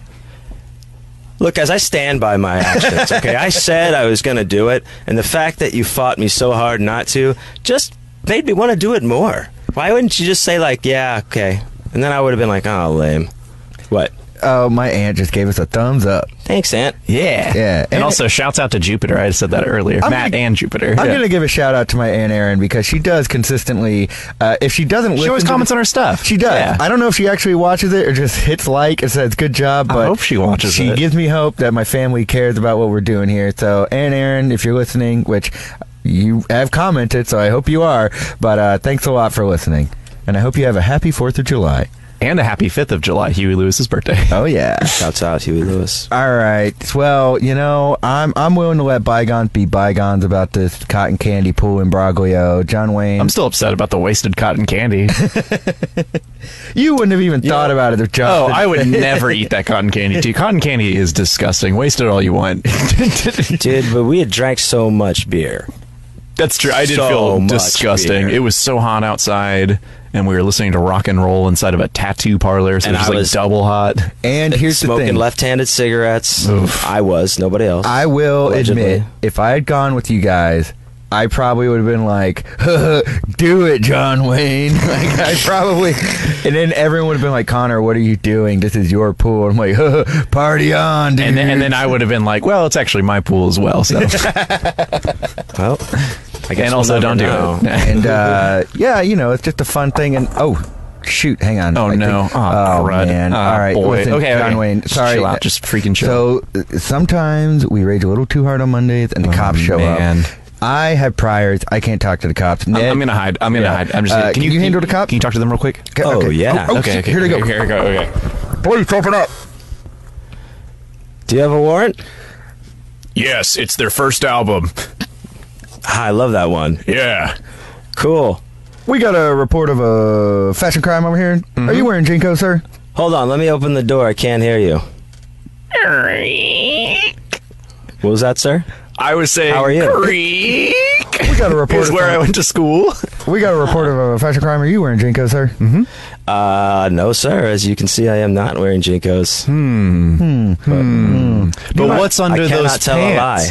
Look, guys, I stand by my actions. Okay, I said I was going to do it, and the fact that you fought me so hard not to just made me want to do it more. Why wouldn't you just say like, "Yeah, okay," and then I would have been like, "Oh, lame." What? Oh, my aunt just gave us a thumbs up. Thanks, Aunt. Yeah, Yeah, And, and- also, shouts out to Jupiter. I said that earlier. I'm Matt gonna- and Jupiter. I'm Yeah. going to give a shout out to my aunt Erin because she does consistently. Uh, if she doesn't, She listen always to comments the- on our stuff. She does. Yeah. I don't know if she actually watches it or just hits like and says good job. But hope she watches She it. gives me hope that my family cares about what we're doing here. So, Aunt Erin, if you're listening, which you have commented, so I hope you are. But uh, thanks a lot for listening, and I hope you have a happy Fourth of July. And a happy 5th of July, Huey Lewis's birthday. Oh yeah. Shouts out Huey Lewis. All right. Well, you know, I'm I'm willing to let bygones be bygones about this cotton candy pool imbroglio. John Wayne, I'm still upset about the wasted cotton candy. you wouldn't have even thought about it if oh, Justin. I would never eat that cotton candy, too. Cotton candy is disgusting. Waste it all you want. Dude, but we had drank so much beer. That's true. I did So feel much disgusting. beer. It was so hot outside, and we were listening to rock and roll inside of a tattoo parlor, so And it was I like was- double hot. and here's the Smoking thing. left-handed cigarettes. Oof. I was. Nobody else. I will Allegedly. admit, if I had gone with you guys, I probably would have been like, "Do it, John Wayne." Like I probably, and then everyone would have been like, "Connor, what are you doing? This is your pool." I'm like, "Party on, dude!" And then, and then I would have been like, "Well, it's actually my pool as well." So, well, I guess and also, we'll don't never do know. it. and uh, yeah, you know, it's just a fun thing. And oh, shoot, hang on. Oh, I no. think- Oh, crud. man. Ah, All right, boy. listen, Okay, John okay. Wayne. Just Sorry, chill out. Just freaking chill So uh, sometimes we rage a little too hard on Mondays, and the Oh, cops show man. up. I have priors. I can't talk to the cops. I'm, Ned- I'm gonna hide. I'm gonna Yeah. hide. I'm just. Uh, gonna- can you handle the cop? Can you talk to them real quick? Okay, Oh, okay. yeah. Oh, oh, okay, okay. Here they go. Here we go. Okay. Please open up. Do you have a warrant? Yes, it's their first album. Ah, I love that one. Yeah. Cool. We got a report of a fashion crime over here. Are you wearing Jinko, sir? Hold on, let me open the door. I can't hear you. What was that, sir? I was saying. How are you? Creek We got a report. is of where I went to school. We got a report of a fashion crime. Are you wearing Jinko, sir? Mm-hmm. Uh, no, sir. As you can see, I am not wearing jinkos. Hmm. But what's under I cannot those tell a pants? lie.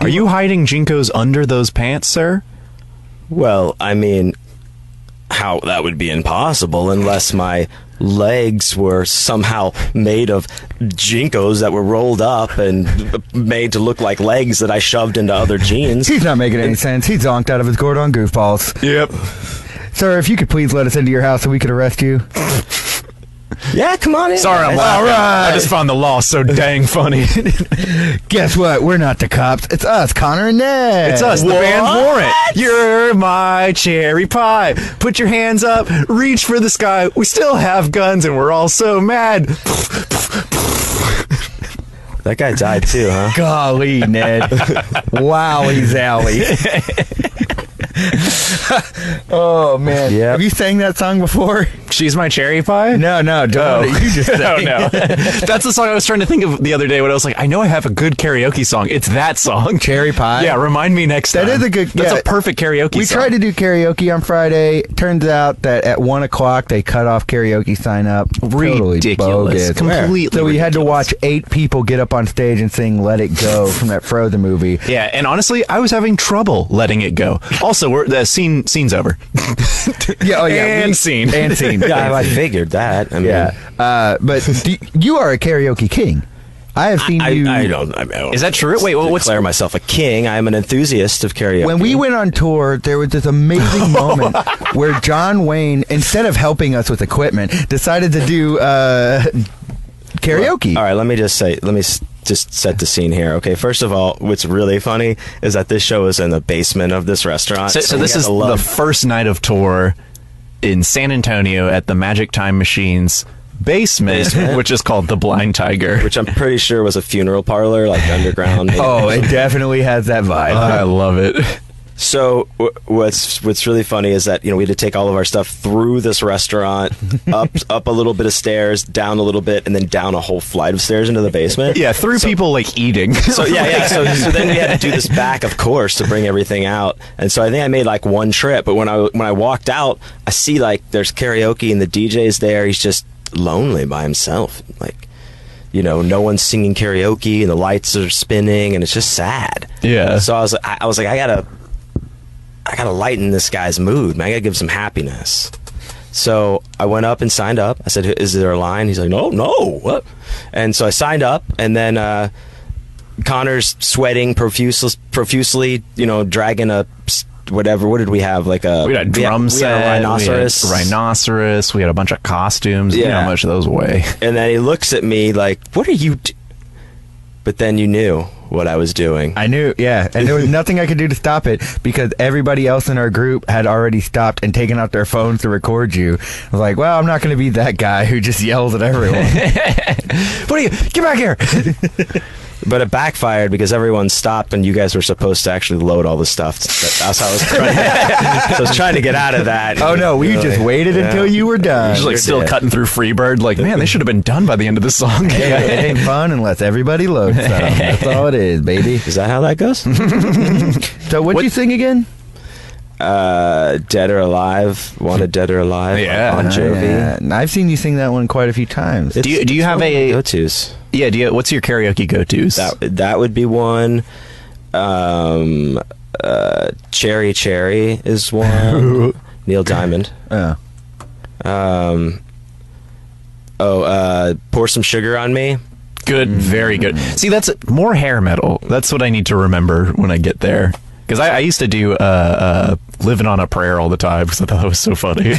Are you hiding Jinkos under those pants, sir? Well, I mean, how that would be impossible unless my legs were somehow made of jinkos that were rolled up and made to look like legs that I shoved into other jeans. He's not making any sense. He's zonked out of his gourd on goofballs. Yep. Sir, if you could please let us into your house so we could arrest you. Yeah, come on in. Sorry, I'm laughing. I just found the law so dang funny. Guess what? We're not the cops. It's us, Connor and Ned. it's us, the band Warrant. You're my cherry pie. Put your hands up, reach for the sky. We still have guns, and we're all so mad. That guy died too, huh? Golly, Ned. Wowie zowie. oh, man. Yep. Have you sang that song before? She's my cherry pie. No, no, don't. You just Oh sang. no! That's the song I was trying to think of the other day when I was like, I know I have a good karaoke song. It's that song, Cherry Pie? Yeah, remind me next That time. is a good- That's yeah. a perfect karaoke. We song. tried to do karaoke on Friday. Turns out that at one o'clock they cut off karaoke sign up. Totally Ridiculous. bogus. Completely So we had to ridiculous. watch eight people get up on stage and sing "Let It Go" from that Frozen movie. Yeah, and honestly, I was having trouble letting it go. Also, we're, the scene scene's over. Yeah, oh yeah, And scene. and scene. Yeah, I figured that. I mean, yeah. Uh, but do, you are a karaoke king. I have seen I, you. I don't. I mean, I don't Is that true? Wait, what- what's- declare myself a king? I am an enthusiast of karaoke. when we went on tour, there was this amazing moment where John Wayne, instead of helping us with equipment, decided to do uh, karaoke. All right, let me just say, let me s- just set the scene here. Okay, first of all, what's really funny is that this show is in the basement of this restaurant. So, so we this had is to love- the first night of tour in San Antonio at the Magic Time Machines basement, which is called the Blind Tiger. which I'm pretty sure was a funeral parlor, like underground. Oh, it definitely has that vibe. I love it. So w- what's what's really funny is that you know we had to take all of our stuff through this restaurant, up up a little bit of stairs, down a little bit, and then down a whole flight of stairs into the basement. Yeah, through people like eating. So yeah, yeah. So, so then we had to do this back, of course, to bring everything out. And so I think I made like one trip. But when I when I walked out, I see like there's karaoke and the DJ's there. He's just lonely by himself. Like, you know, no one's singing karaoke and the lights are spinning and it's just sad. Yeah. So I was I, I was like I gotta I gotta lighten this guy's mood. Man, I gotta give him some happiness. So I went up and signed up. I said, "Is there a line?" He's like, "No, no." What? And so I signed up, and then uh, Connor's sweating profusely, profusely, you know, dragging a s- whatever. What did we have? Like a we had a drum we set, had a rhinoceros, we had rhinoceros. We had a bunch of costumes. You know Yeah. how much those weigh. and then he looks at me like, "What are you?" d but then you knew what I was doing. I knew, yeah, and there was nothing I could do to stop it because everybody else in our group had already stopped and taken out their phones to record you. I was like, well, I'm not going to be that guy who just yells at everyone. What are you? Get back here! But it backfired because everyone stopped, and you guys were supposed to actually load all the stuff. That- That's how I was trying. so I was trying to get out of that. oh no, we just waited until you were done. Just like still dead. cutting through Freebird. Like, man, they should have been done by the end of this song. It ain't- it ain't fun unless everybody loads some. That's all it is, baby. Is that how that goes? So what'd you sing again? uh, Dead or Alive, wanted Dead or Alive. Yeah. on Jovi. Oh, Yeah, and Uh, I've seen you sing that one quite a few times. Do you do you have a Go tos. yeah? Do you what's your karaoke go tos? That that would be one. Um, uh, Cherry Cherry is one. Neil Diamond. Oh. Um, oh, uh, pour some sugar on me. Good, very good. See, that's more hair metal. That's what I need to remember when I get there. Because I, I used to do uh, uh, "Living on a Prayer" all the time because I thought that was so funny.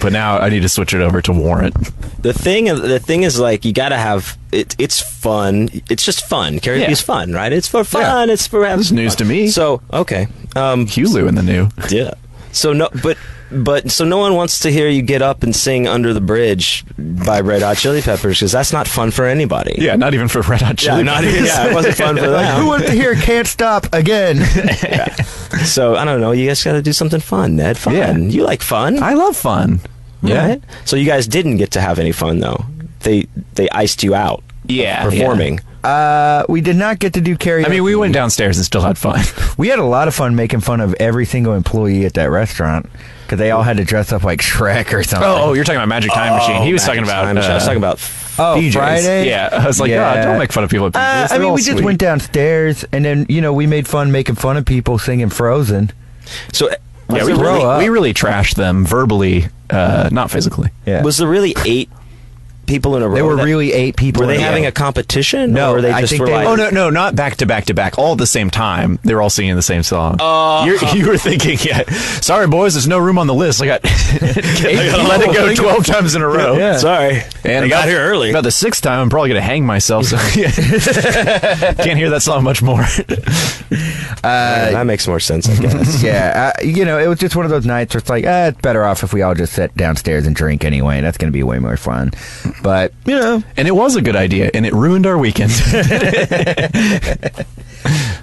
but now I need to switch it over to Warrant. The thing, the thing is, like, you gotta have it. It's fun. It's just fun. Karaoke Yeah. is fun, right? It's for fun. It's for having This is news to fun. me. So okay, um, Hulu in the new. yeah. So no, but but so no one wants to hear you get up and sing "Under the Bridge" by Red Hot Chili Peppers because that's not fun for anybody. Yeah, not even for Red Hot Yeah, Chili. not Peppers. even. Yeah, it wasn't fun for Like, who them. wants to hear Can't Stop again? So I don't know. You guys got to do something fun, Ned. Fun. Yeah. You like fun? I love fun. Yeah, Right? So you guys didn't get to have any fun though. They they iced you out. Yeah, Performing. uh, we did not get to do karaoke. I mean, we went downstairs and still had fun. We had a lot of fun making fun of every single employee at that restaurant because they all had to dress up like Shrek or something. Oh, oh, you're talking about Magic Time Machine. Oh, He was talking about. I was uh, talking about. Oh, PJs. Friday. Yeah, I was like, Yeah. "Oh, don't make fun of people at PJs. Uh, I They're mean, all we just sweet." went downstairs and then you know we made fun making fun of people singing Frozen. So Yeah, was we there grow really, up. we really trashed them verbally, uh, not physically. Yeah, Was there really eight people in a row? they were that- really eight people. Were they in having row. a competition? No, or were they I just think were they- like, Oh no, no, not back to back to back, all at the same time. They were all singing the same song. Oh, you were thinking, yeah. Sorry, boys, there's no room on the list. I got, I got let it go twelve times in a row. Yeah. Sorry, And about- I got here early. About the sixth time, I'm probably gonna hang myself. So can't hear that song much more. uh, Yeah, that makes more sense, I guess. yeah, uh, you know, it was just one of those nights where it's like, ah, it's better off if we all just sit downstairs and drink anyway. That's going to be way more fun. But you know, and it was a good idea, and it ruined our weekend.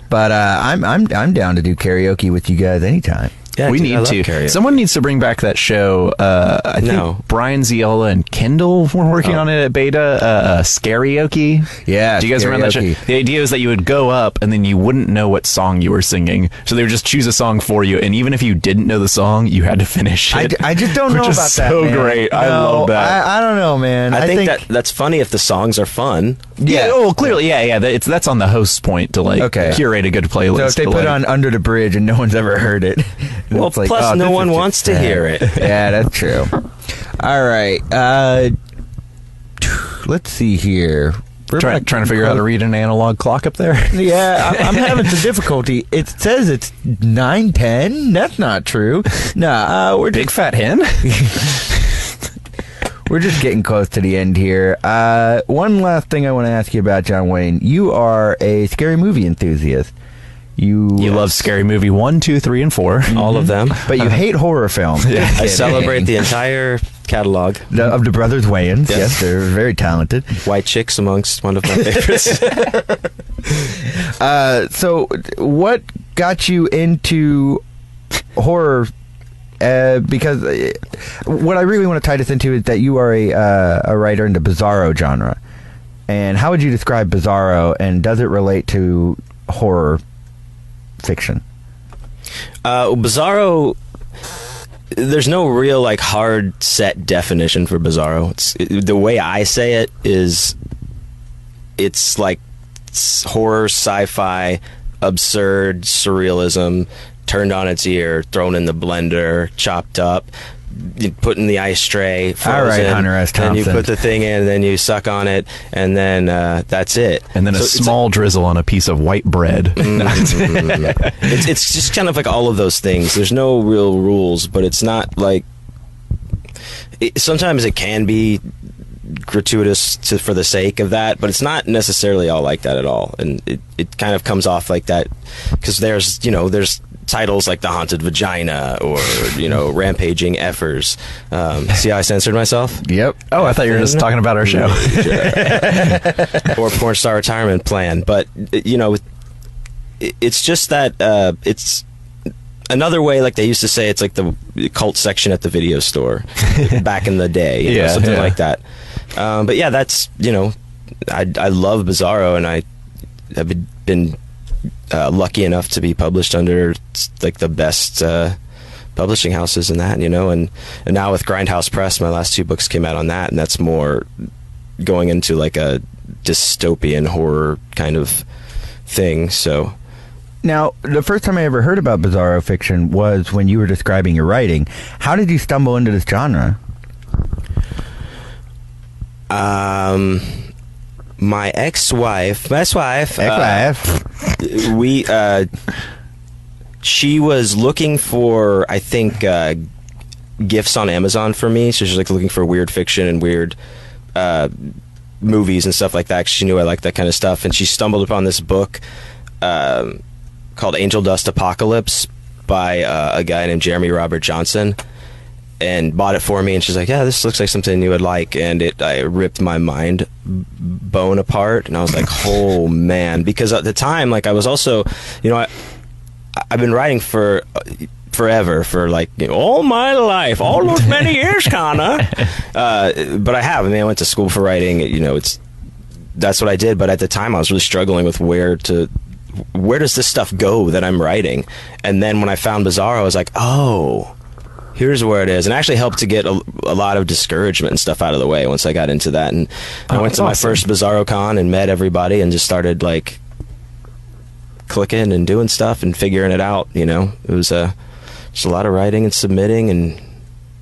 but uh, I'm I'm I'm down to do karaoke with you guys anytime. Yeah, we dude, I need love to. karaoke. Someone needs to bring back that show. Uh, I No. think Brian Ziola and Kendall were Oh. working on it at Beta. Uh, uh, Scarioke. Yeah, Do you guys remember that show? Scarioke. The idea is that you would go up and then you wouldn't know what song you were singing, so they would just choose a song for you, and even if you didn't know the song, you had to finish it. I, d- I just don't which know is about that. So man. great. I No, love that. I, I don't know, man. I, think, that that's funny if the songs are fun. yeah. yeah. Oh, well, clearly, yeah, yeah. that- It's that's on the host's point to like Okay. curate a good playlist. So if they but, put like- on Under the Bridge and no one's ever heard it. Well, it's like, plus oh, no this one is just wants to bad. hear it. yeah, that's true. All right. Uh, let's see here. We're try, back trying to figure out how to read an analog clock up there. Yeah, I'm, I'm having some difficulty. It says it's nine ten. That's not true. Nah, uh, we're Big fat hen. We're just getting close to the end here. Uh, one last thing I want to ask you about, John Wayne. You are a scary movie enthusiast. You, You love scary movie one, two, three, and four. All of them. but you hate horror films. I celebrate the entire catalog. The- of the brothers Wayans. Yes. Yes. they're very talented. White chicks amongst one of my favorites. Uh, so, what got you into horror? Uh, because uh, what I really want to tie this into is that you are a uh, a writer in the bizarro genre, and how would you describe bizarro? And does it relate to horror fiction? Uh, Bizarro. There's no real like hard set definition for Bizarro. It's it, the way I say it is, it's like s- horror, sci-fi, absurd, surrealism, turned on its ear, thrown in the blender, chopped up, you put in the ice tray. All right, frozen, Hunter S. Then you Thompson. put the thing in, then you suck on it, and then uh, that's it. And then a So it's Mm. small drizzle on a piece of white bread. it's it's just kind of like all of those things. There's no real rules, but it's not like. It, sometimes it can be gratuitous to, for the sake of that, but it's not necessarily all like that at all. And it, it kind of comes off like that because there's, you know, there's titles like The Haunted Vagina or, you know, Rampaging Effers. Um, see how I censored myself? Yep. Oh, I thought you were Mm. just talking about our show. or porn star retirement plan. But you know, it- it's just that uh, it's another way. Like they used to say, it's like the cult section at the video store back in the day, you know, Yeah, something yeah. like that. Um, but yeah, that's you know, I I love Bizarro, and I have been- been uh, lucky enough to be published under like the best. Uh, publishing houses and that you know and, and now with grindhouse press my last two books came out on that and that's more going into like a dystopian horror kind of thing. So Now, the first time I ever heard about bizarro fiction was when you were describing your writing. How did you stumble into this genre? um, my ex-wife, my ex-wife, uh, we uh, she was looking for I think uh, gifts on Amazon for me. So she's like looking for weird fiction and weird uh, movies and stuff like that. 'cause she knew I liked that kind of stuff, and she stumbled upon this book um, called Angel Dust Apocalypse by uh, a guy named Jeremy Robert Johnson. And bought it for me, and she's like, "Yeah, this looks like something you would like." And it, I ripped my mind bone apart, and I was like, "Oh man!" Because at the time, like, I was also, you know, I, I've been writing for uh, forever, for like you know, all my life, all those many years, kinda. Uh, but I have. I mean, I went to school for writing. You know, it's that's what I did. But at the time, I was really struggling with where to. Where does this stuff go that I'm writing? And then when I found Bizarro, I was like, oh, here's where it is. And it actually helped to get a, a lot of discouragement and stuff out of the way once I got into that. And I Oh, went that's to my awesome. first Bizarro Con and met everybody and just started like clicking and doing stuff and figuring it out. You know, it was uh, just a lot of writing and submitting. And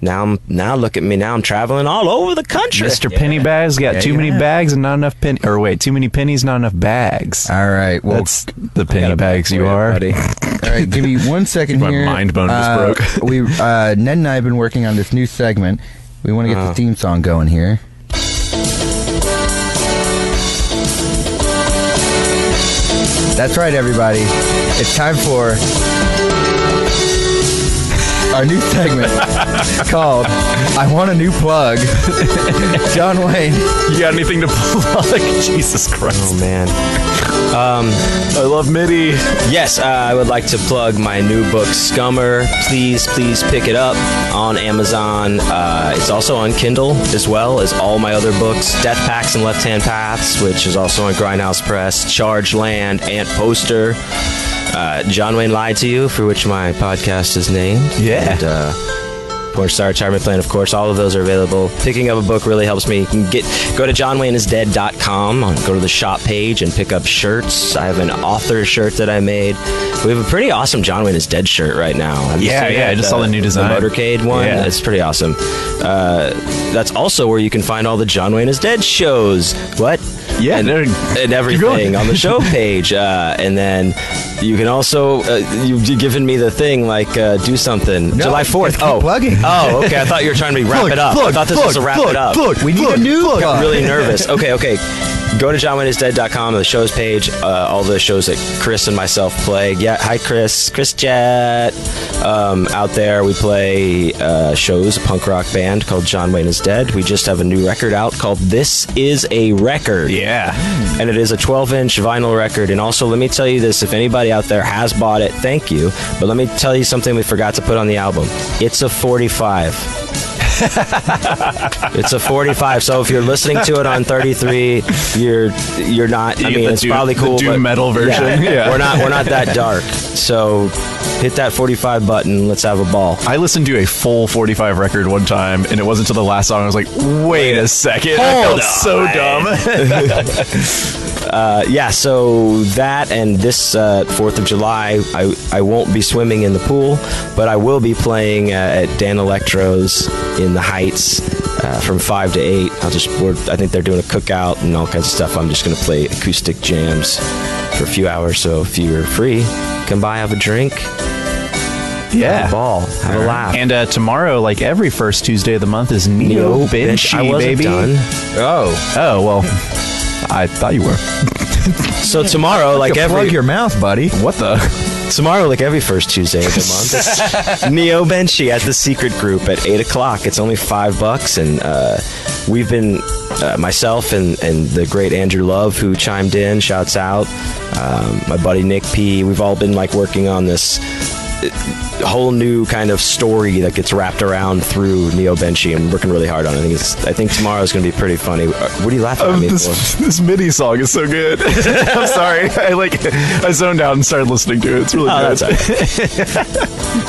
now I'm now look at me. Now I'm traveling all over the country. Mr. Pennybags got Yeah, too you many have. bags and not enough penny. Or wait, too many pennies, not enough bags. Uh, All right. Well, That's the penny bags you Yeah, are. buddy. all right. Give me one second My here. mind bone just Uh, broke. we uh, Ned and I have been working on this new segment. We want to get the Oh. theme song going here. That's right, everybody. It's time for our new segment called "I Want a New Plug." John Wayne. You got anything to plug? Jesus Oh Christ. man. Um, I love MIDI. yes, uh, I would like to plug my new book, Scummer. Please, please pick it up on Amazon. Uh, it's also on Kindle as well as all my other books, Death Packs and Left Hand Paths, which is also on Grindhouse Press, Charge Land, Ant Poster. Uh, John Wayne lied to you, for which my podcast is named. Yeah. And, uh, Porn Star Retirement Plan, of course. All of those are available. Picking up a book really helps me. You can get go to johnwayneisdead.com, uh, go to the shop page and pick up shirts. I have an author shirt that I made. We have a pretty awesome John Wayne is Dead shirt right now. Have you Yeah, seen yeah, that? I just saw the new design. motorcade one. Yeah. It's pretty awesome. Uh, that's also where you can find all the John Wayne is Dead shows. What? Yeah, and, no, keep and everything going. on the show page. Uh, and then you can also uh, you've given me the thing like uh, do something July Fourth. keep Oh, plugging. Oh, okay. I thought you were trying to wrap it up. I thought this was a wrap it up. We need a new plug. I'm really nervous. Okay, okay. Go to johnwayneisdead.com, the shows page, uh, all the shows that Chris and myself play. Yeah, hi Chris, Chris Jet. Um, out there, we play uh, shows, a punk rock band called John Wayne is Dead. We just have a new record out called This Is a Record Yeah. and it is a 12 inch vinyl record. And also, let me tell you this if anybody out there has bought it, thank you. But let me tell you something we forgot to put on the album it's a 45. it's a 45. So if you're listening to it on 33, you're you're not. You I get mean, the it's doom- probably the cool. doom but- metal version. Yeah. we're not we're not that dark. So hit that 45 button. Let's have a ball. I listened to a full 45 record one time, and it wasn't until the last song I was like, wait a second. I felt Hold so dumb. Uh, yeah, so that and this uh, 4th of July, I, I won't be swimming in the pool, but I will be playing uh, at Dan Electro's in the Heights uh, from 5 to 8. I'll just, we're, I think they're doing a cookout and all kinds of stuff. I'm just going to play acoustic jams for a few hours, so if you're free, come by, have a drink, Yeah. Have a ball. Have a laugh. And uh, tomorrow, like every first Tuesday of the month, is Neo, No, Bitch, I wasn't baby. done. Oh, Oh well, I thought you were. So tomorrow, like like every plug your mouth, buddy. What the? tomorrow, like every first Tuesday of the month, it's Neo Benchy at the Secret Group at eight o'clock. It's only five bucks, and uh, we've been uh, myself and and the great Andrew Love who chimed in. Shouts out, um, my buddy Nick P. We've all been like working on this uh, whole new kind of story that gets wrapped around through Neo Benchy and working really hard on it. I think it's, I think tomorrow's going to be pretty funny. Uh, What are you laughing at me for? Um, this, this MIDI song is so good. I'm sorry. I like I zoned out and started listening to it. It's really Oh, good. that's all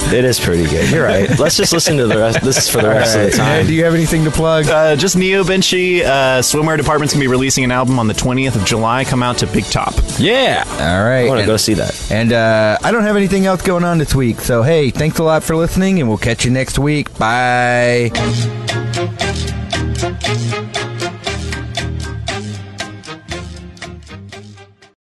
right. it is pretty good. You're right. Let's just listen to the rest. This is for the rest of the Hey, time. do you have anything to plug? Uh, just Neo Benchy. Uh, swimwear department's gonna be releasing an album on the 20th of July. Come out to Big Top. Yeah. All right. I want to and- go see that. And uh, I don't have anything else going on this week. So, hey, thanks a lot for listening, and we'll catch you next week. Bye.